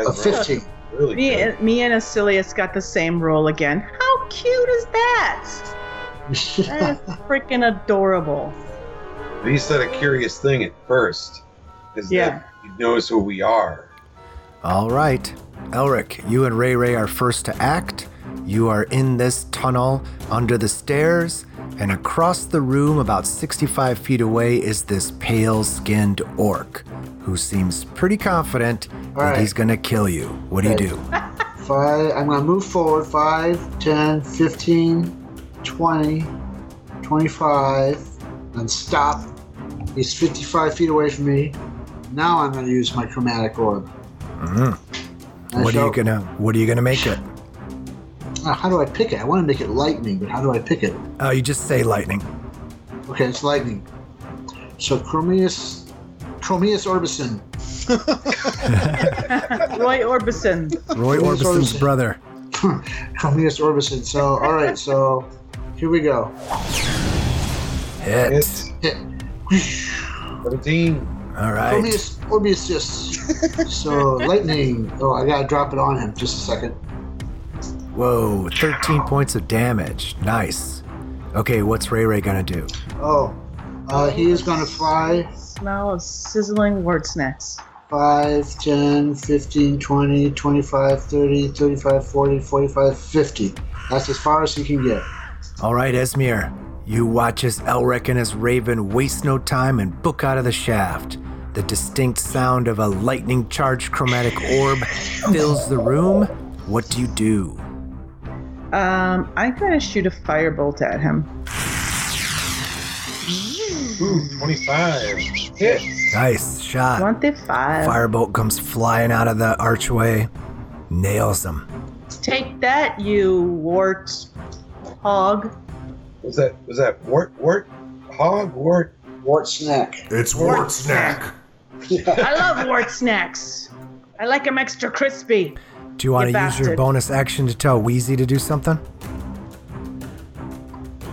F: a
C: That's
F: (laughs) 15.
C: Really
D: Me
C: good.
D: and me and Asilius got the same roll again. How cute is that? That
F: (laughs)
D: is freaking adorable.
C: He said a curious thing at first, is
D: Yeah.
C: that he knows who we are.
B: All right. Elric, you and Ray Ray are first to act. You are in this tunnel under the stairs, and across the room, about 65 feet away, is this pale skinned orc who seems pretty confident that
F: right.
B: he's going to kill you. What do you do?
F: Five. I'm going to move forward. 5, 10, 15, 20, 25, and stop. He's 55 feet away from me. Now I'm going to use my chromatic orb. I
B: What are you
F: shall-
B: gonna What are you gonna make it?
F: Uh, How do I pick it? I want to make it lightning, but how do I pick it?
B: Oh, you just say lightning.
F: Okay, it's lightning. So Chromius, Chromius Orbison. (laughs)
D: Roy Orbison.
B: Roy
F: Who's
B: Orbison's
F: Orbison?
B: brother.
F: Chromius Orbison. So all right, so here we go.
B: Hit.
C: It's
F: Hit.
C: 13.
B: All right.
F: Chromius Orbisius. so lightning. Oh, I gotta drop it on him. Just a second.
B: Whoa, 13 points of damage. Nice. Okay, what's Ray Ray gonna do?
F: Oh, uh, he is gonna fly
D: Smell of sizzling word snacks.
F: 5, 10, 15, 20, 25, 30, 35, 40, 45, 50. That's as far as he can get.
B: All right, Esmir, you watch as Elric and his raven waste no time and book out of the shaft. The distinct sound of a lightning charged chromatic orb fills the room. What do you do?
D: Um, I'm gonna shoot a firebolt at him.
C: Ooh, 25. Hit.
B: Nice
F: Uh,
B: shot.
D: One day five.
B: Firebolt comes flying out of the archway, nails him.
D: Take that, you wart hog.
C: Was that was that wart wart hog wart?
F: Wart snack.
G: It's Wart Snack.
D: I love wart snacks. I like them extra crispy.
B: Do you want
D: You
B: to use your
D: bastard.
B: bonus action to tell Wheezy to do something?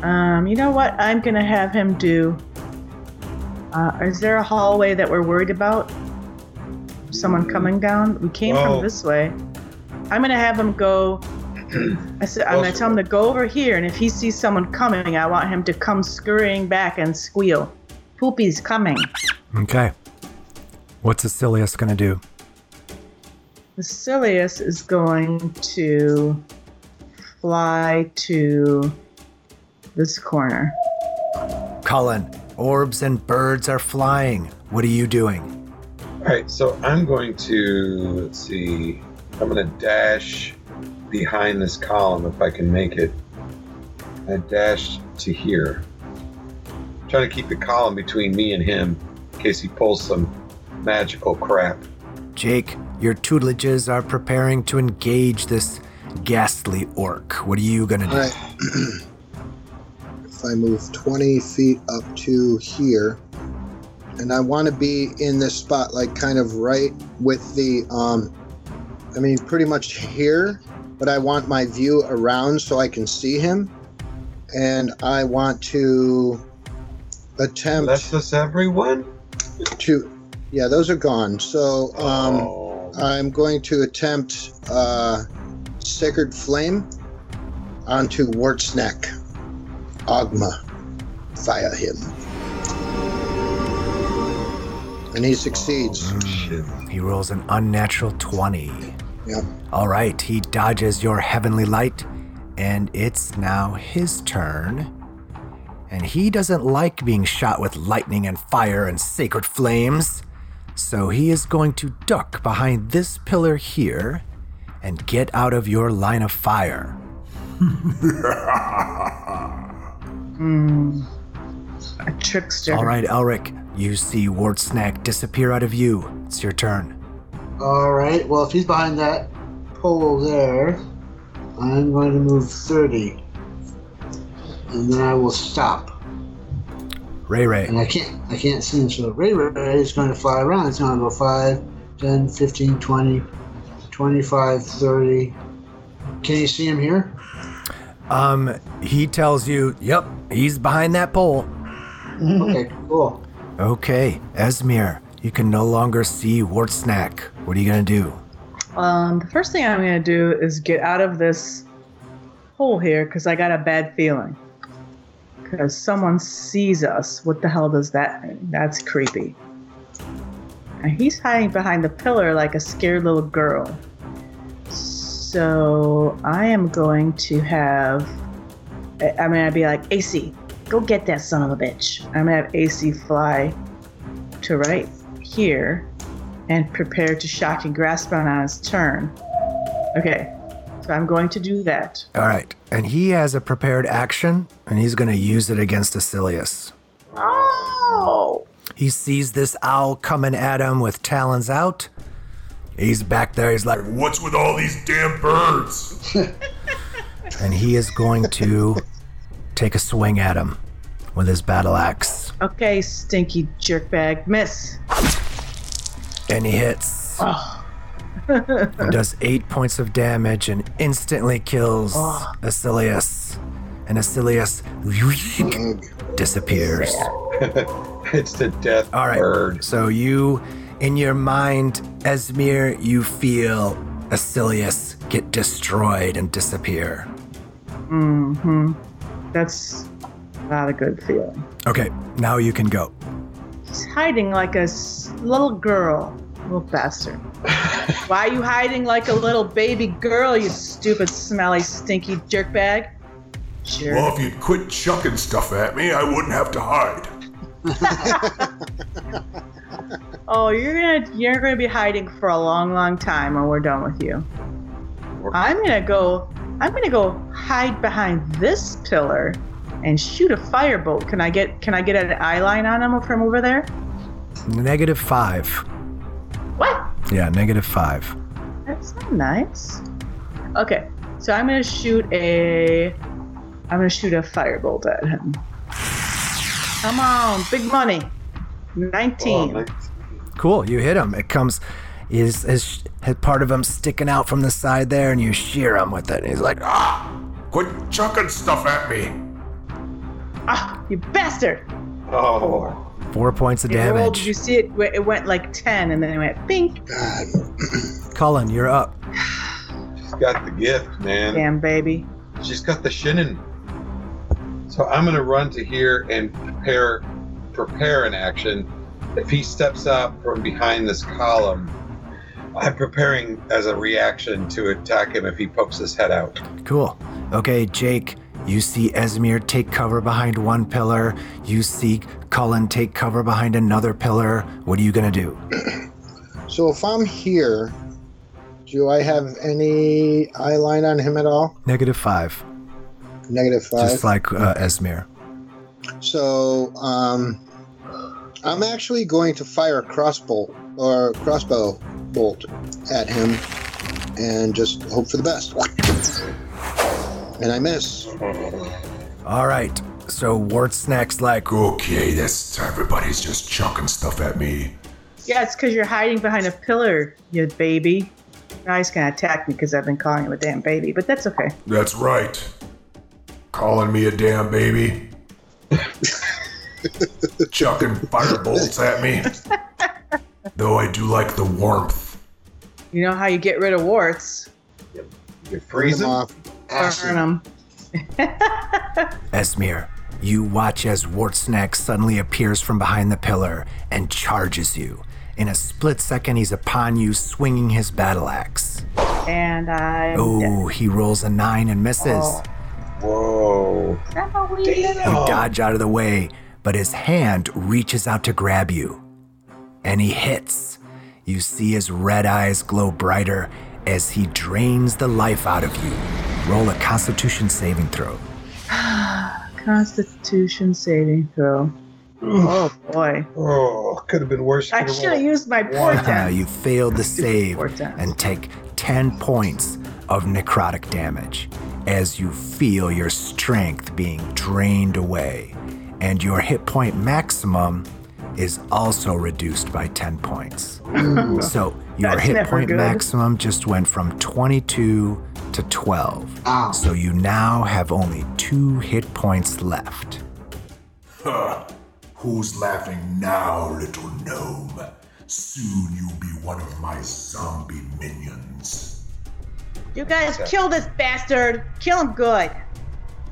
D: Um, you know what? I'm gonna have him do. Uh, is there a hallway that we're worried about? Someone coming down? We came
C: Well-
D: from this way. I'm gonna have him go. I said, I'm gonna tell him to go over here, and if he sees someone coming, I want him to come scurrying back and squeal. Poopy's coming.
B: Okay. What's Acilius going to do?
D: Lucilius is going to fly to this corner.
B: Cullen, orbs and birds are flying. What are you doing?
C: All right, so I'm going to let's see. I'm going to dash behind this column if I can make it. I dash to here. trying to keep the column between me and him in case he pulls some magical crap.
B: Jake, your tutelages are preparing to engage this ghastly orc. What are you going to do?
E: All right. (clears throat) if I move 20 feet up to here, and I want to be in this spot, like kind of right with the, um, I mean, pretty much here, but I want my view around so I can see him. And I want to attempt
C: That's us everyone.
E: to, yeah, those are gone. So, um,
C: Oh.
E: I'm going to attempt uh, Sacred Flame onto Wart's neck. Agma. Fire him. And he succeeds.
C: Shit.
B: He rolls an unnatural 20.
E: Yep.
B: All right, he dodges your heavenly light, and it's now his turn. And he doesn't like being shot with lightning and fire and sacred flames, so he is going to duck behind this pillar here and get out of your line of fire.
D: A trickster.
B: All right, Elric, you see Ward Snack disappear out of you. It's your turn.
F: All right. Well, if he's behind that pole there, I'm going to move 30, and then I will stop.
B: Ray Ray.
F: And I can't. I can't see him. So Ray Ray is going to fly around. He's going to go 5, 10, 15, 20, 25, 30. Can you see him here?
B: Um, he tells you, yep, he's behind that pole.
F: okay. Cool.
B: Okay, Esmir, you can no longer see Wart Snack. What are you gonna do?
D: Um, the first thing I'm gonna do is get out of this hole here because I got a bad feeling. Because someone sees us. What the hell does that mean? That's creepy. And he's hiding behind the pillar like a scared little girl. So I am going to have. I- I'm gonna be like, AC, go get that son of a bitch. I'm gonna have AC fly to right here and prepare to shock and grasp on on his turn. Okay, So I'm going to do that.
B: All right. And he has a prepared action, and he's going to use it against Asilius.
D: Oh!
B: He sees this owl coming at him with talons out. He's back there. He's like,
G: What's with all these damn birds?
B: and he is going to (laughs) take a swing at him with his battle axe.
D: Okay, stinky jerkbag. Miss.
B: And he hits. and does eight points of damage and instantly kills Asilius. And Asilius disappears.
C: It's the death
B: All right.
C: bird.
B: So you, in your mind, Esmir, you feel Asilius get destroyed and disappear.
D: Mm-hmm. That's not a good feeling.
B: Okay, now you can go.
D: She's hiding like a s- little girl. Little bastard. Why are you hiding like a little baby girl, you stupid, smelly, stinky jerkbag? Jerk.
G: Well, if you'd quit chucking stuff at me, I wouldn't have to hide.
D: Oh, you're gonna you're gonna be hiding for a long, long time when we're done with you. I'm gonna go. I'm gonna go hide behind this pillar and shoot a firebolt. Can I get Can I get an eye line on him from over there?
B: Negative five.
D: What?
B: Yeah, negative five.
D: That's not nice. Okay, so I'm gonna shoot a. I'm gonna shoot a firebolt at him. Come on, big money.
C: Oh,
D: Nineteen.
C: nice.
B: Cool, you hit him. It comes, is his, his part of him sticking out from the side there, and you shear him with it. And he's like, "Ah."
G: Quit chucking stuff at me.
D: Ah, you bastard!
C: Oh,
B: four points of
D: It rolled,
B: damage.
D: you see it? It went like ten, and then it went pink.
E: God.
B: Cullen, you're up.
C: she's got the gift, man.
D: Damn, baby.
C: She's got the shinin. So I'm gonna run to here and prepare prepare an action. If he steps up from behind this column, I'm preparing as a reaction to attack him if he pokes his head out.
B: Cool. Okay, Jake, you see Esmir take cover behind one pillar. You see Cullen take cover behind another pillar. What are you going to do?
E: So if I'm here, do I have any eye line on him at all?
B: Negative five,
E: Negative five.
B: just like uh, Esmir.
E: So, um, I'm actually going to fire a crossbow or crossbow bolt at him, and just hope for the best. And I miss.
B: All right. So Wart Snack's like,
G: Okay, this everybody's just chucking stuff at me.
D: Yeah, it's because you're hiding behind a pillar, you baby. Now he's gonna attack me because I've been calling him a damn baby, but that's okay.
G: That's right. Calling me a damn baby. Chucking firebolts at me. Though I do like the warmth.
D: You know how you get rid of warts?
C: You
E: Turn
C: freeze
E: him
C: him?
E: off.
D: Burn 'em.
B: Esmir, you watch as Wartsnack suddenly appears from behind the pillar and charges you. In a split second, he's upon you, swinging his battle axe.
D: And I.
B: Oh, he rolls a nine and misses.
C: Whoa.
B: You dodge out of the way, but his hand reaches out to grab you. And he hits. You see his red eyes glow brighter as he drains the life out of you. Roll a constitution saving throw.
D: Constitution saving throw. Oh boy.
C: Oh, could have been worse.
D: I
C: Could've
D: should have
C: rolled.
D: used my point.
B: you failed the save
D: Four times.
B: and take 10 points of necrotic damage as you feel your strength being drained away. And your hit point maximum is also reduced by 10 points.
D: (laughs)
B: so your
D: That's
B: hit
D: never
B: point
D: good.
B: maximum just went from 22 to 12.
D: Ah.
F: Ow.
B: So you now have only two hit points left.
G: Huh. Who's laughing now, little gnome? Soon you'll be one of my zombie minions.
D: You guys kill this bastard. Kill him good.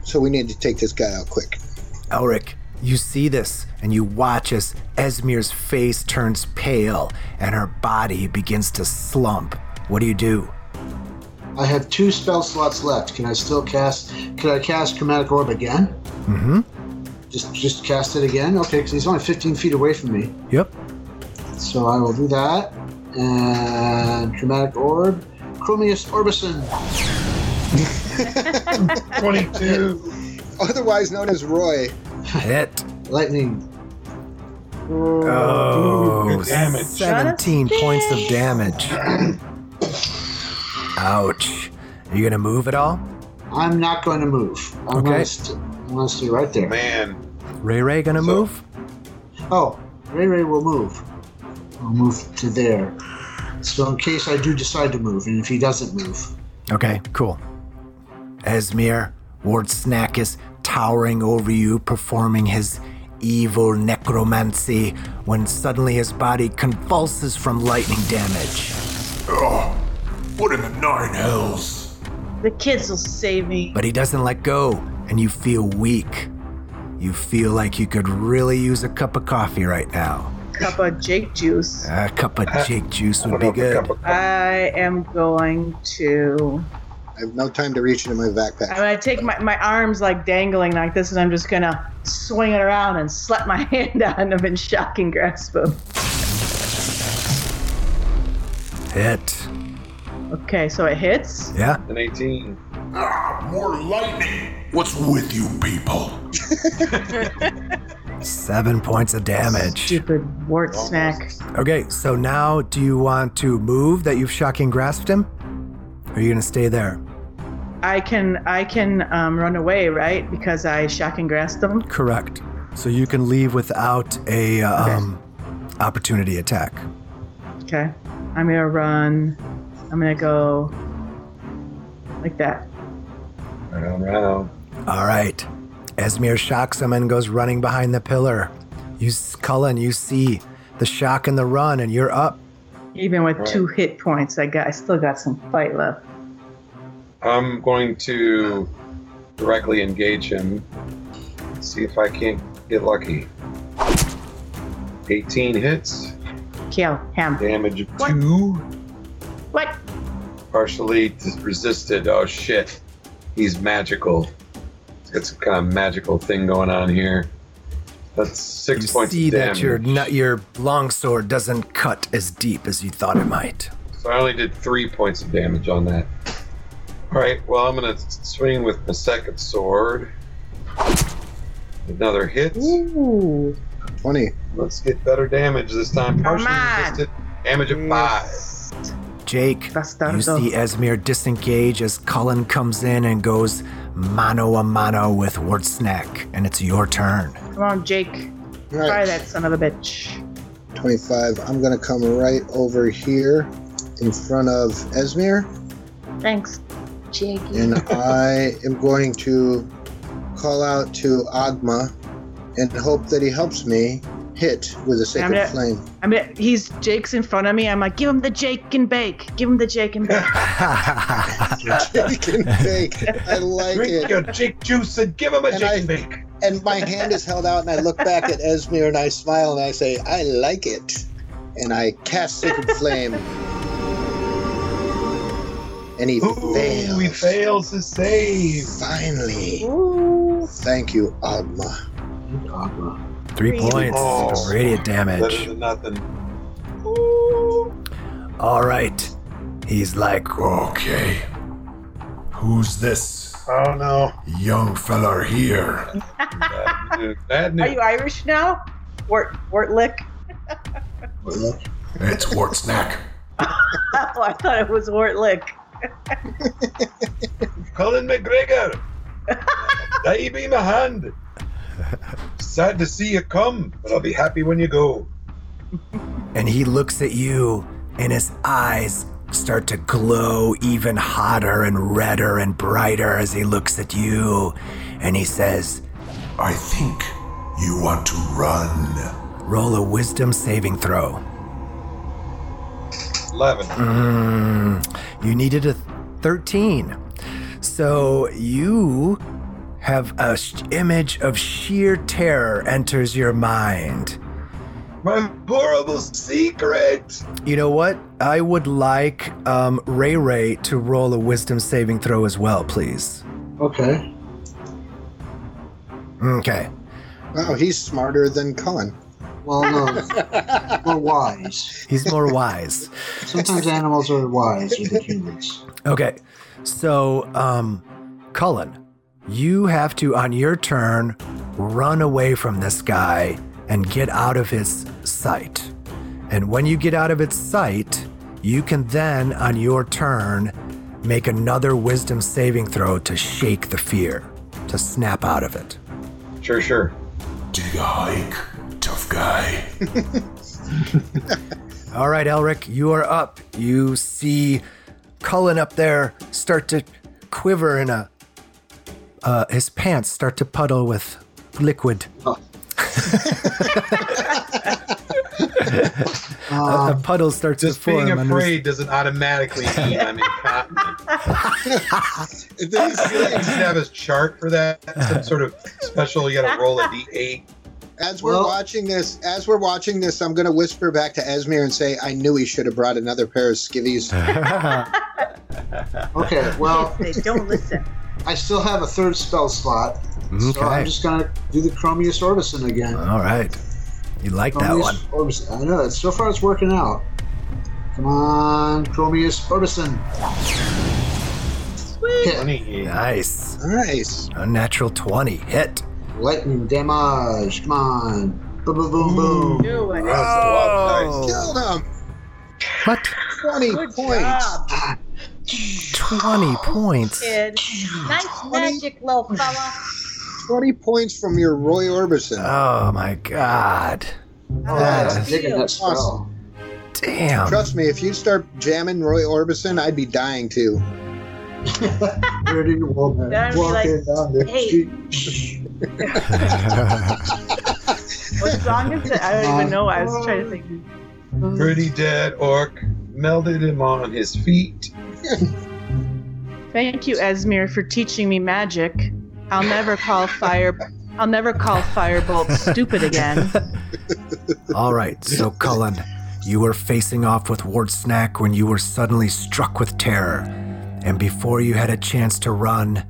E: So we need to take this guy out quick.
B: Elric, you see this and you watch as Esmir's face turns pale and her body begins to slump. What do you do?
F: I have two spell slots left. Can I still cast? Can I cast chromatic orb again? Mm-hmm. Just just cast it again. Okay, because he's only 15 feet away from me,
B: Yep.
F: so I will do that. And chromatic orb, Chromius Orbison.
C: 22.
E: Otherwise known as Roy.
B: Hit.
F: Lightning.
B: Uh, Oh,
C: Damn it.
B: 17 points of damage. Ouch. Are you going to move at all?
F: I'm not going to move. I'm
B: Okay.
F: Gonna st- I'm going to stay right there.
C: Man,
B: Ray Ray going to
C: So-
B: move?
F: Oh, Ray Ray will move. I'll move to there. So in case I do decide to move, and if he doesn't move,
B: Okay, cool. Esmir, Ward Snack is towering over you, performing his evil necromancy, when suddenly his body convulses from lightning damage.
G: Ugh. What in the nine hells?
D: The kids will save me.
B: But he doesn't let go, and you feel weak. You feel like you could really use a cup of coffee right now.
D: Cup of Jake juice.
B: A cup of jake juice would
C: put
B: be
C: up a
B: good.
C: cup of
D: I am going to.
E: I have no time to reach into my
D: I'm
E: backpack.
D: gonna take my, my arms like dangling like this, and I'm just gonna swing it around and slap my (laughs) hand on them and shock and grasp them.
B: Hit.
D: Okay, so it hits.
B: Yeah?
C: an 18.
G: Ah, more lightning. What's with you people?
B: Seven points of damage.
D: Stupid wart snack.
B: Okay, so now do you want to move that you've shocking grasped him? Or are you gonna stay there?
D: I can I can um, run away, right? Because I shock and grasp them.
B: Correct. So you can leave without a uh, um, opportunity attack.
D: Okay. I'm gonna run. I'm gonna go like that.
C: Round, round.
B: All right. Esmir shocks him and goes running behind the pillar. You, s- Cullen, you see the shock and the run, and you're up.
D: Even with two hit points, I got I still got some fight left.
C: I'm going to directly engage him. See if I can't get lucky. 18 hits,
D: Kill him.
C: damage of
D: What?
C: two,
D: What?
C: partially dis- resisted. Oh shit, he's magical. It's got some kind of magical thing going on here. That's six
B: You
C: points
B: see
C: of
B: that
C: damage.
B: your nu- your longsword doesn't cut as deep as you thought it might.
C: So I only did three points of damage on that. All right. Well, I'm gonna s- swing with my second sword. Another hit.
D: Ooh.
E: 20.
C: Let's get better damage this time. Partially
D: on.
C: resisted. Damage of five.
B: Jake,
D: Bastardo.
B: you see Esmir disengage as Cullen comes in and goes mano a mano with Wardsnack, and it's your turn. (laughs)
D: Come on, Jake.
E: All
D: Try
E: right.
D: that son of a bitch.
E: 25. I'm going to come right over here in front of Esmir,
D: Thanks.
E: and I am going to call out to Agma and hope that he helps me hit with a sacred
D: gonna-
E: flame. (laughs)
D: I mean, he's Jake's in front of me. I'm like, give him the Jake and bake. Give him the Jake and bake.
E: Jake and bake. I like
C: Drink
E: it.
C: your Jake juice and give him a
E: And
C: Jake
E: I-
C: fake.
E: And my hand is held out, and I look back at Esmir and I smile and I say, I like it. And I cast sacred flame. And he
C: Ooh,
E: fails.
C: he fails to save.
E: Finally.
D: Ooh.
E: Thank you, Agma.
F: Agma.
B: Three points
C: Oh.
B: of radiant
C: Better
B: damage.
C: than nothing.
B: All right. He's like,
G: Okay. Who's this
C: Oh no.
G: young feller here?
C: Bad news. Bad
D: Are
C: news.
D: you Irish now? Wart Wartlick?
G: It's Wart Snack.
D: (laughs) Oh, I thought it was Wartlick.
C: Colin
D: (laughs)
C: McGregor. I be my hand. Sad to see you come, but I'll be happy when you go.
B: and he looks at you, and his eyes start to glow even hotter and redder and brighter as he looks at you. And he says,
G: I think you want to run.
B: Roll a wisdom saving throw.
C: Eleven.
B: Mm, you needed a 13. So you have a sh- image of sheer terror enters your mind.
C: My horrible secret.
B: You know what? I would like um, Ray Ray to roll a wisdom saving throw as well, please.
F: Okay.
B: Okay.
E: Wow, he's smarter than Cullen.
F: Well, no, we're wise.
B: He's more (laughs) wise.
F: Sometimes animals are wiser than humans.
B: Okay. So, um, Cullen, you have to, on your turn, run away from this guy and get out of his sight. And when you get out of its sight, you can then, on your turn, make another wisdom saving throw to shake the fear, to snap out of it.
C: Sure, sure.
G: Take a hike, tough guy.
B: All right, Elric, you are up. You see Cullen up there start to quiver in a. Uh, his pants start to puddle with liquid. (laughs) a puddle starts to
C: Just
B: form.
C: being
B: under his-
C: afraid doesn't automatically mean I'm incontinent. I
E: That's (laughs)
C: feel like you should have a chart for that. Some sort of special. You got to roll a d8.
E: As we're
F: Well-
E: watching this, as we're watching this, I'm gonna whisper back to Esmir and say, "I knew he should have brought another pair of skivvies."
F: Okay, well,
H: They don't
D: (laughs)
H: listen.
F: I still have a third spell slot, so I'm
B: (laughs) okay.
F: just gonna do the Chromius Orbison again.
B: All right. You like that one.
F: Chromius Orbison. I know. It's, so far, it's working out. Come on, Chromius Orbison. Hit.
C: Funny.
B: Nice.
E: nice.
B: Unnatural 20. Hit.
F: Lightning damage. Come on. Boom, boom, boom, boom.
D: Mm.
H: Do it.
B: Oh.
E: Killed him.
B: What?
E: Twenty
H: Good
E: points.
H: job,
F: Ah,
B: 20 points.
H: kid. Nice magic, little fella.
E: Twenty points from your Roy Orbison.
B: Oh my god.
F: Oh, that's
B: Yes.
F: digging that spell.
E: Awesome.
B: Damn.
E: Trust me, if you start jamming Roy Orbison, I'd be dying too.
F: Pretty woman.
H: That'd be
F: Walking
H: like,
F: down the
H: hey.
F: street.
H: What song is it? I don't even know. I was trying to think.
C: Pretty dead orc melted him on his feet.
D: Thank you, Esmir, for teaching me magic. I'll never call fire. I'll never call firebolt
C: (laughs)
D: stupid again.
B: All right, so Cullen, you were facing off with Ward Snack when you were suddenly struck with terror. And before you had a chance to run,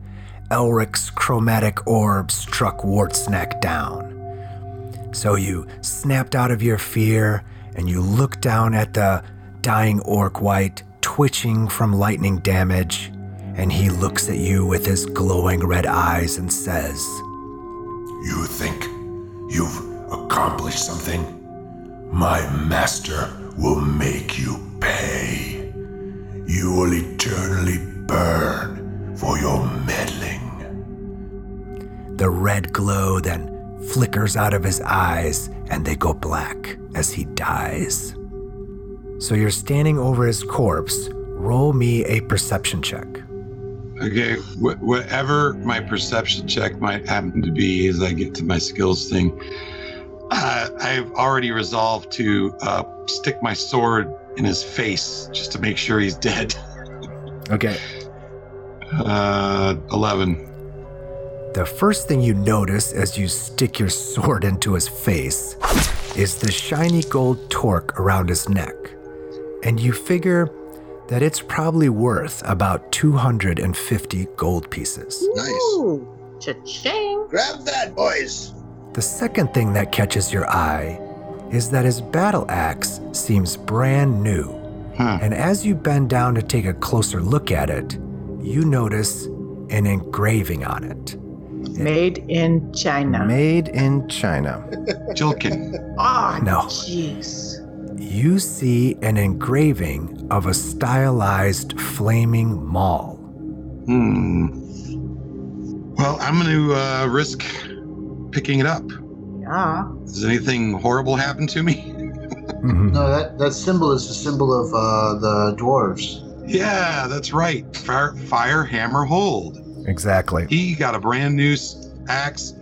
B: Elric's chromatic orb struck Ward Snack down. So you snapped out of your fear and you looked down at the dying orc white, twitching from lightning damage. And he looks at you with his glowing red eyes and says,
G: You think you've accomplished something? My master will make you pay. You will eternally burn for your meddling.
B: The red glow then flickers out of his eyes and they go black as he dies. So you're standing over his corpse. Roll me a perception check.
I: Okay, wh- whatever my perception check might happen to be as I get to my skills thing, uh, I've already resolved to uh, stick my sword in his face just to make sure he's dead.
B: Okay.
I: Uh, 11.
B: The first thing you notice as you stick your sword into his face is the shiny gold torque around his neck. And you figure that it's probably worth about 250 gold pieces.
E: Nice.
H: Cha-ching.
E: Grab that, boys.
B: The second thing that catches your eye is that his battle axe seems brand new.
I: Huh.
B: And as you bend down to take a closer look at it, you notice an engraving on it.
D: Made in China.
B: Made in China.
C: (laughs)
I: Jilkin.
D: Ah,
B: No.
D: Jeez.
B: You see an engraving of a stylized flaming maul.
I: Hmm. Well, I'm going to uh, risk picking it up.
H: Yeah.
I: Does anything horrible happen to me? (laughs)
B: Mm-hmm.
F: No, that, that symbol is the symbol of uh, the dwarves.
I: Yeah, that's right. Fire, fire hammer hold.
B: Exactly.
I: he got a brand new s- axe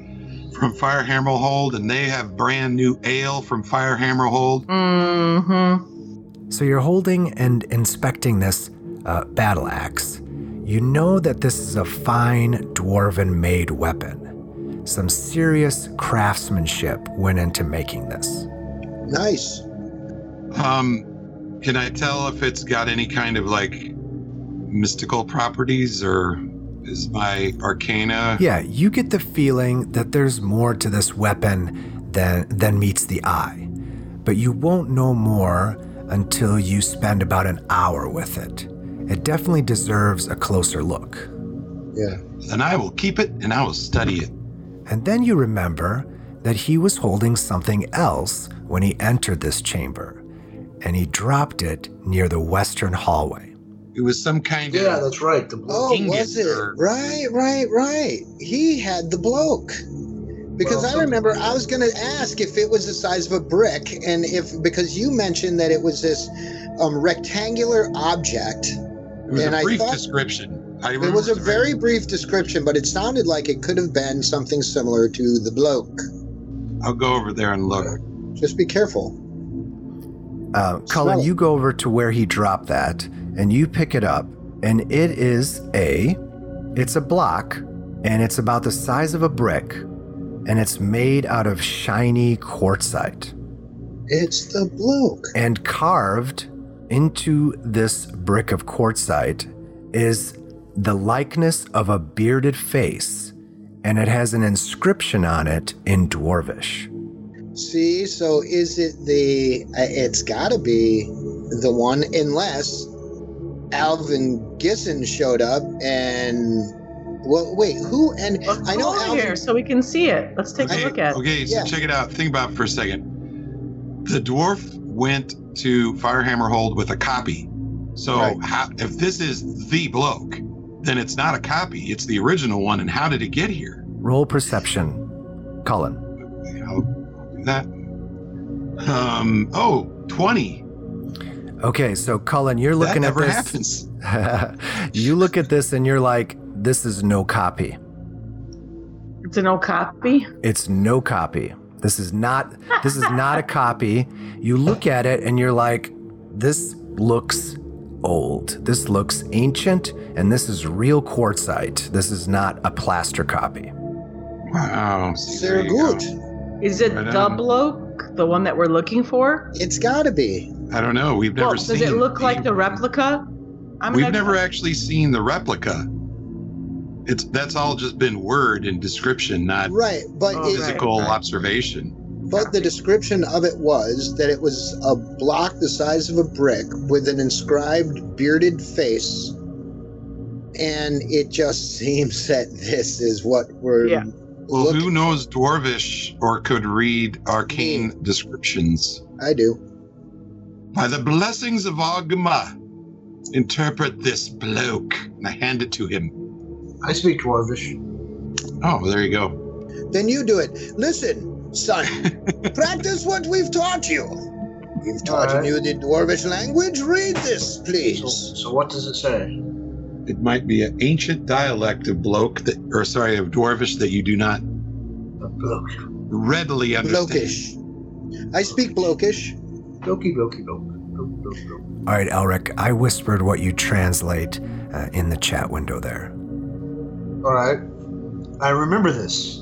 I: from Fire Hammer Hold, and they have brand new ale from Fire Hammer Hold.
D: Mm-hmm.
B: So you're holding and inspecting this uh, battle axe. You know that this is a fine dwarven made weapon. Some serious craftsmanship went into making this.
E: Nice.
I: Um, can I tell if it's got any kind of like mystical properties, or is my Arcana?
B: Yeah, you get the feeling that there's more to this weapon than, than meets the eye. But you won't know more until you spend about an hour with it. It definitely deserves a closer look.
E: Yeah.
C: Then I will keep it and I will study it.
B: And then you remember that he was holding something else when he entered this chamber, and he dropped it near the western hallway.
C: It was some kind
F: Yeah,
C: of.
F: that's right. The blue
E: Oh,
C: Ingot
E: was it?
C: or-
E: Right, right, right. He had the bloke. Because
F: Well,
E: I remember I was going to ask if it was the size of a brick, and if because you mentioned that it was this um, rectangular object.
C: It was
E: and
C: a
E: I
C: brief
E: thought-
C: description. I
E: It
C: remember
E: was a
C: the
E: very brief description, but it sounded like it could have been something similar to the bloke.
C: I'll go over there and look.
E: Just be careful.
B: Uh, Cullen,
E: Smell it.
B: you go over to where he dropped that, and you pick it up, and it is a, it's a block, and it's about the size of a brick, and it's made out of shiny quartzite
E: It's the bloke.
B: and carved into this brick of quartzite is the likeness of a bearded face, and it has an inscription on it in Dwarvish.
E: See, so is it the? Uh, it's got to be the one, unless Alvin Gisson showed up and. Well, wait, who and
D: Let's
E: I
D: I
E: know Alvin.
D: here so we can see it. Let's take
C: okay,
D: a look at. it.
C: okay, so
E: Yeah.
C: check it out. Think about it for a second. The dwarf went to Firehammer Hold with a copy. So
E: Right.
C: how, if this is the bloke, then it's not a copy. It's the original one. And how did it get here?
B: Roll perception, Cullen.
C: I'll do that. Um. Oh, 20.
B: Okay, so Cullen, you're looking
C: that
B: at
C: never
B: this. (laughs)
C: happens.
B: you look at this and you're like, this is no copy.
D: It's an old copy.
B: It's no copy. This is not this is not a copy. You look at it and you're like, this looks old. This looks ancient and this is real quartzite. This is not a plaster copy.
C: Wow. see, there
E: Sarah
C: you go.
E: Good.
D: Is it
C: Right
D: the
C: on.
D: bloke, the one that we're looking for?
E: It's got to be.
C: I don't know. We've never
D: Well,
C: seen
D: does it look like the
C: one.
D: replica? I'm
C: We've
D: gonna-
C: never actually seen the replica. It's that's all just been word and description, not
E: Right, but
D: Oh,
E: it,
D: right.
C: physical observation.
E: but the description of it was that it was a block the size of a brick with an inscribed bearded face, and it just (laughs) seems that this is what we're
D: Yeah.
C: Well,
E: looking.
C: who knows dwarvish or could read arcane descriptions?
E: I do.
C: By the blessings of Agma, interpret this bloke. And I hand it to him.
F: I speak Dwarvish.
C: Oh, there you go.
E: then you do it.
C: (laughs)
E: Listen, son, practice what we've taught you. We've taught
F: Alright.
E: you the dwarvish language. Read this,
F: So,
E: please.
F: so what does it say?
C: It might be an ancient dialect of bloke that, or sorry, of dwarvish that you do not
F: A bloke.
C: readily understand.
E: Blokish. I speak blokish.
F: Blokey, blokey, bloke. Bloke, bloke, bloke.
B: All right, Elric, I whispered what you translate uh, in the chat window there.
F: All right. I remember this.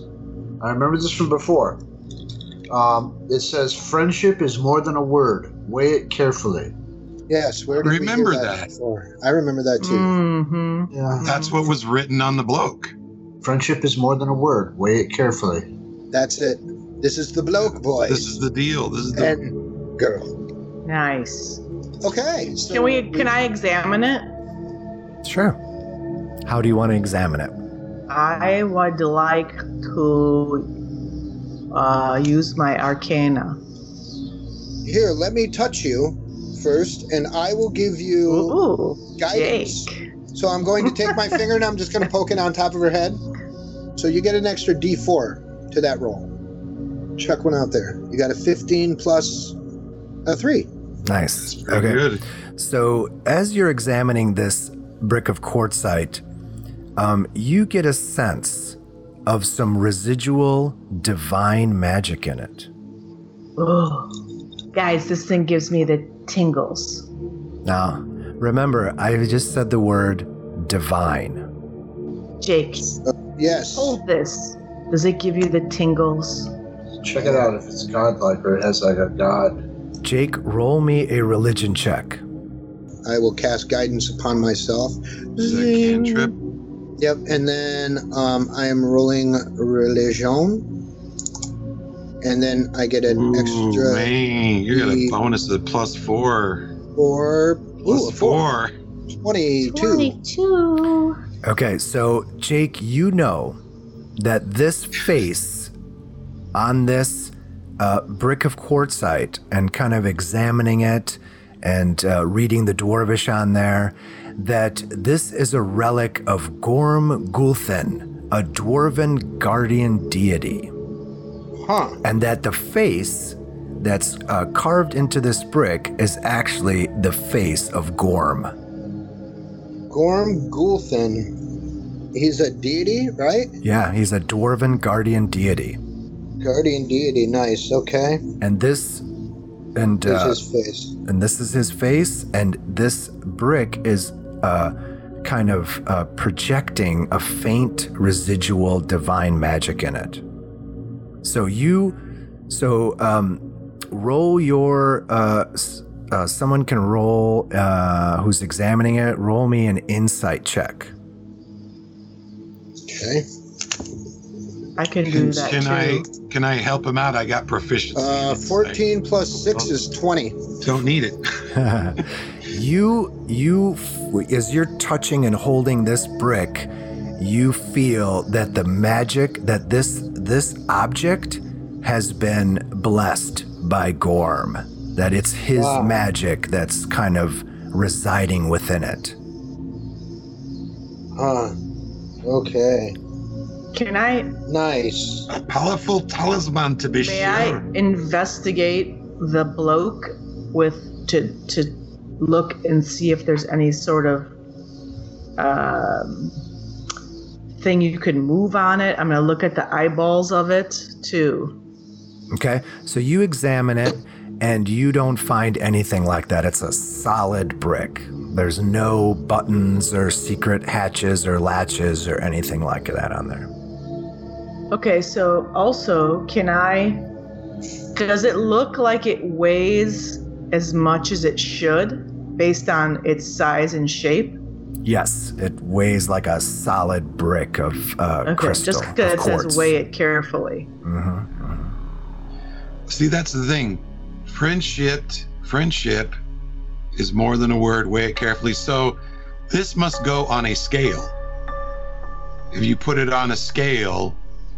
F: I remember this from before. Um, it says, friendship is more than a word. Weigh it carefully.
E: Yes, where did we hear
C: Remember
E: that?
C: that.
E: before? I remember that too.
D: Mhm.
F: Yeah.
C: That's what was written on the bloke.
F: Friendship is more than a word. Weigh it carefully.
E: That's it. This is the bloke boy
C: This is the deal. This is the
E: and girl.
D: Nice.
E: Okay. So
D: Can we? Can I examine it?
B: Sure. How do you want to examine it?
D: I would like to uh, use my Arcana.
E: Here, let me touch you first, and I will give you
D: Ooh,
E: guidance.
D: Jake.
E: So I'm going to take my finger and I'm just going to poke it on top of her head. So you get an extra D4 to that roll. Chuck one out there. You got a 15 plus a three.
B: Nice.
C: Very good.
B: So, as you're examining this brick of quartzite, um, you get a sense of some residual divine magic in it.
D: Ooh. Guys, this thing gives me the tingles.
B: Now, remember, I just said the word divine.
D: Jake,
E: Yes.
D: hold this. Does it give you the tingles?
F: Check it out if it's godlike or it has like a god.
B: Jake, roll me a religion check.
E: I will cast guidance upon myself.
C: This is a cantrip.
E: Yep. And then um, I am rolling religion. and then I get an
C: Ooh,
E: extra E.
C: man, you got
E: the-
C: a bonus of plus four.
E: four.
C: Plus
E: Ooh, a four.
C: four.
E: 22.
J: 22.
B: Okay, so Jake, you know that this face on this uh, brick of quartzite and kind of examining it and uh, reading the dwarvish on there, that this is a relic of Gorm Gulthin, a dwarven guardian deity
E: Huh.
B: and that the face that's uh, carved into this brick is actually the face of Gorm.
E: Gorm Gulthin. He's a deity, right?
B: Yeah, he's a dwarven guardian deity,
E: Guardian deity. Nice. Okay.
B: and this and
E: There's
B: uh,
E: his face.
B: and this is his face, and this brick is uh, kind of uh, projecting a faint residual divine magic in it. So you, so um, roll your. Uh, s- uh, someone can roll uh, who's examining it. Roll me an insight check.
E: Okay.
D: I can do
C: Can,
D: that
C: can
D: too.
C: I can I help him out? I got proficiency.
E: Uh,
C: in this
E: 14 plus 6 is 20.
C: thing. Don't need it.
B: (laughs) you you f- as you're touching and holding this brick you feel that the magic that this this object has been blessed by gorm that it's his
E: Wow.
B: magic that's kind of residing within it
E: Huh. Okay.
D: Can I?
E: Nice.
C: A powerful talisman to be
D: May
C: sure.
D: I investigate the bloke with to to look and see if there's any sort of um, thing you can move on it? I'm gonna look at the eyeballs of it too.
B: okay so you examine it and you don't find anything like that it's a solid brick there's no buttons or secret hatches or latches or anything like that on there
D: Okay, so also can I? Does it look like it weighs as much as it should based on its size and shape?
B: Yes, it weighs like a solid brick of uh,
D: Okay,
B: crystal.
D: just
B: of
D: because it says
B: quartz.
D: weigh it carefully.
B: Mhm.
C: See, that's the thing. Friendship, friendship is more than a word. Weigh it carefully. So, this must go on a scale. If you put it on a scale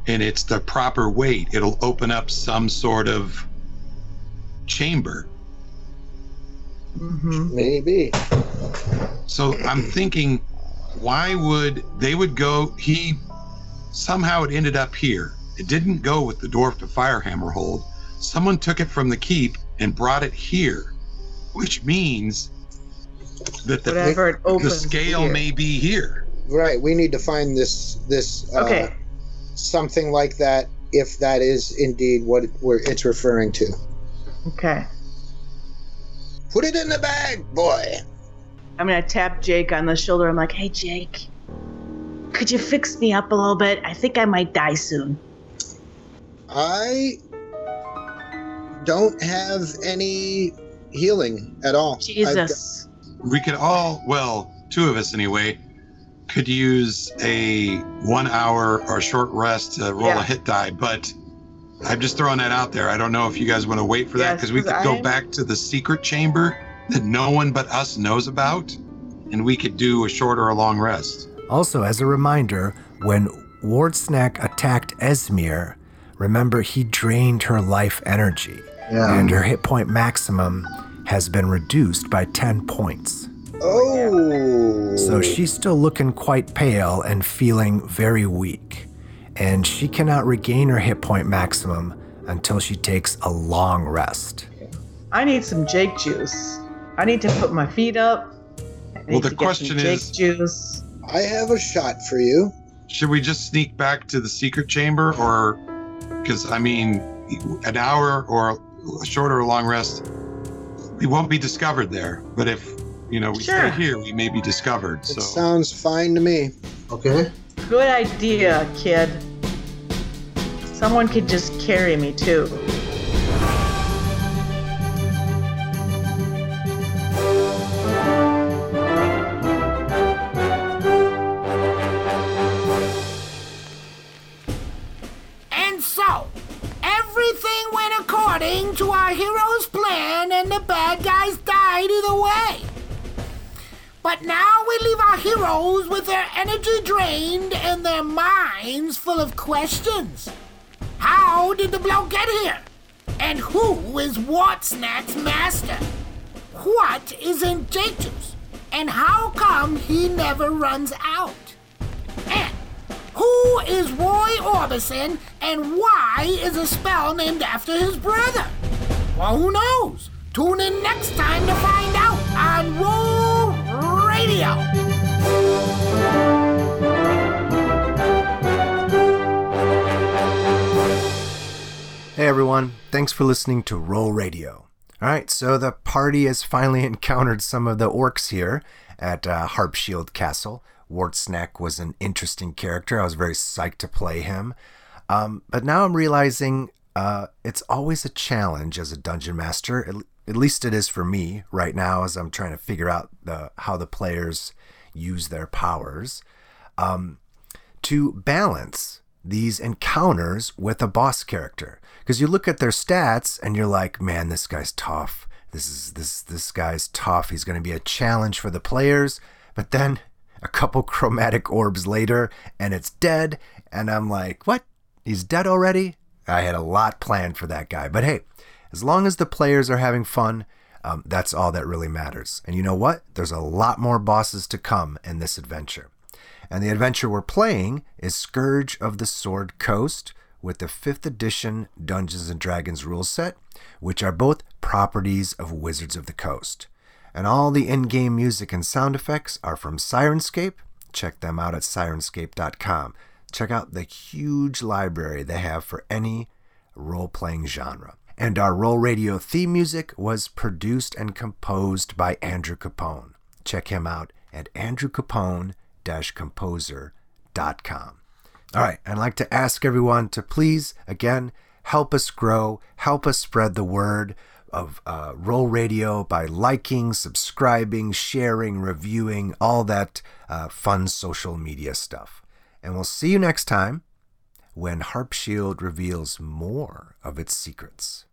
C: and it's the proper weight, it'll open up some sort of chamber.
D: hmm
E: Maybe.
C: So, I'm thinking, why would they would go? He somehow it ended up here. It didn't go with the dwarf to Firehammer hold. Someone took it from the keep and brought it here, which means that the
D: Whatever it opens.
C: the scale
D: here.
C: may be here.
E: Right. We need to find this this uh,
D: Okay.
E: something like that if that is indeed what it- where it's referring to.
D: Okay.
E: Put it in the bag, boy.
D: I'm gonna tap Jake on the shoulder. I'm like, hey Jake, could you fix me up a little bit? I think I might die soon.
E: I don't have any healing at all. I've
D: Jesus.
C: We could all, well, two of us anyway, could use a one hour or short rest to roll
D: Yeah.
C: a hit die, but I'm just throwing that out there. I don't know if you guys want to wait for that
D: Yes,
C: because we could
D: 'cause
C: go
D: I'm-
C: back to the secret chamber that no one but us knows about, and we could do a short or a long rest.
B: Also, as a reminder, when Wardsnack attacked Esmir, remember he drained her life energy,
F: Yeah.
B: and her hit point maximum has been reduced by 10 points.
E: Oh.
B: So she's still looking quite pale and feeling very weak, and she cannot regain her hit point maximum until she takes a long rest.
D: I need some Jake juice. I need to put my feet up. I need
C: the
D: to get
C: question
D: some Jake
C: is-
D: juice.
E: I have a shot for you.
C: Should we just sneak back to the secret chamber, or because I mean, an hour or a short or a long rest, we won't be discovered there. But if you know we
D: Sure.
C: stay here, we may be discovered.
E: It
C: So
E: sounds fine to me.
F: Okay.
D: Good idea, kid. Someone could just carry me too.
A: And so, everything leave our heroes with their energy drained and their minds full of questions. How did the blow get here? And who is Wartsnat's master? What is in Jacob's? And how come he never runs out? And who is Roy Orbison and why is a spell named after his brother? Well, who knows? Tune in next time to find out on Roll Radio.
B: Hey everyone, thanks for listening to Roll Radio. All right, so the party has finally (laughs) encountered some of the orcs here at uh, Harpshield Castle. Wartsnack was an interesting character. I was very psyched to play him. Um, but now I'm realizing uh, it's always a challenge as a dungeon master. At, at least it is for me right now as I'm trying to figure out the, how the players use their powers um, to balance these encounters with a boss character because you look at their stats and you're like man this guy's tough this is this this guy's tough he's going to be a challenge for the players but then a couple (laughs) chromatic orbs later and it's dead and i'm like what he's dead already i had a lot planned for that guy but hey as long as the players are having fun um, that's all that really matters and you know what there's a lot more bosses to come in this adventure and the adventure we're playing is Scourge of the Sword Coast with the 5th edition Dungeons and Dragons rule set, which are both properties of Wizards of the Coast. And all the in game music and sound effects are from Sirenscape. Check them out at sirenscape.com. Check out the huge library they have for any role playing genre. And our Roll Radio theme music was produced and composed by Andrew Capone. Check him out at andrewcapone-composer.com. All right, I'd like to ask everyone to please, again, help us grow, help us spread the word of uh, Roll Radio by liking, subscribing, sharing, reviewing, all that uh, fun social media stuff. And we'll see you next time when Harp Shield reveals more of its secrets.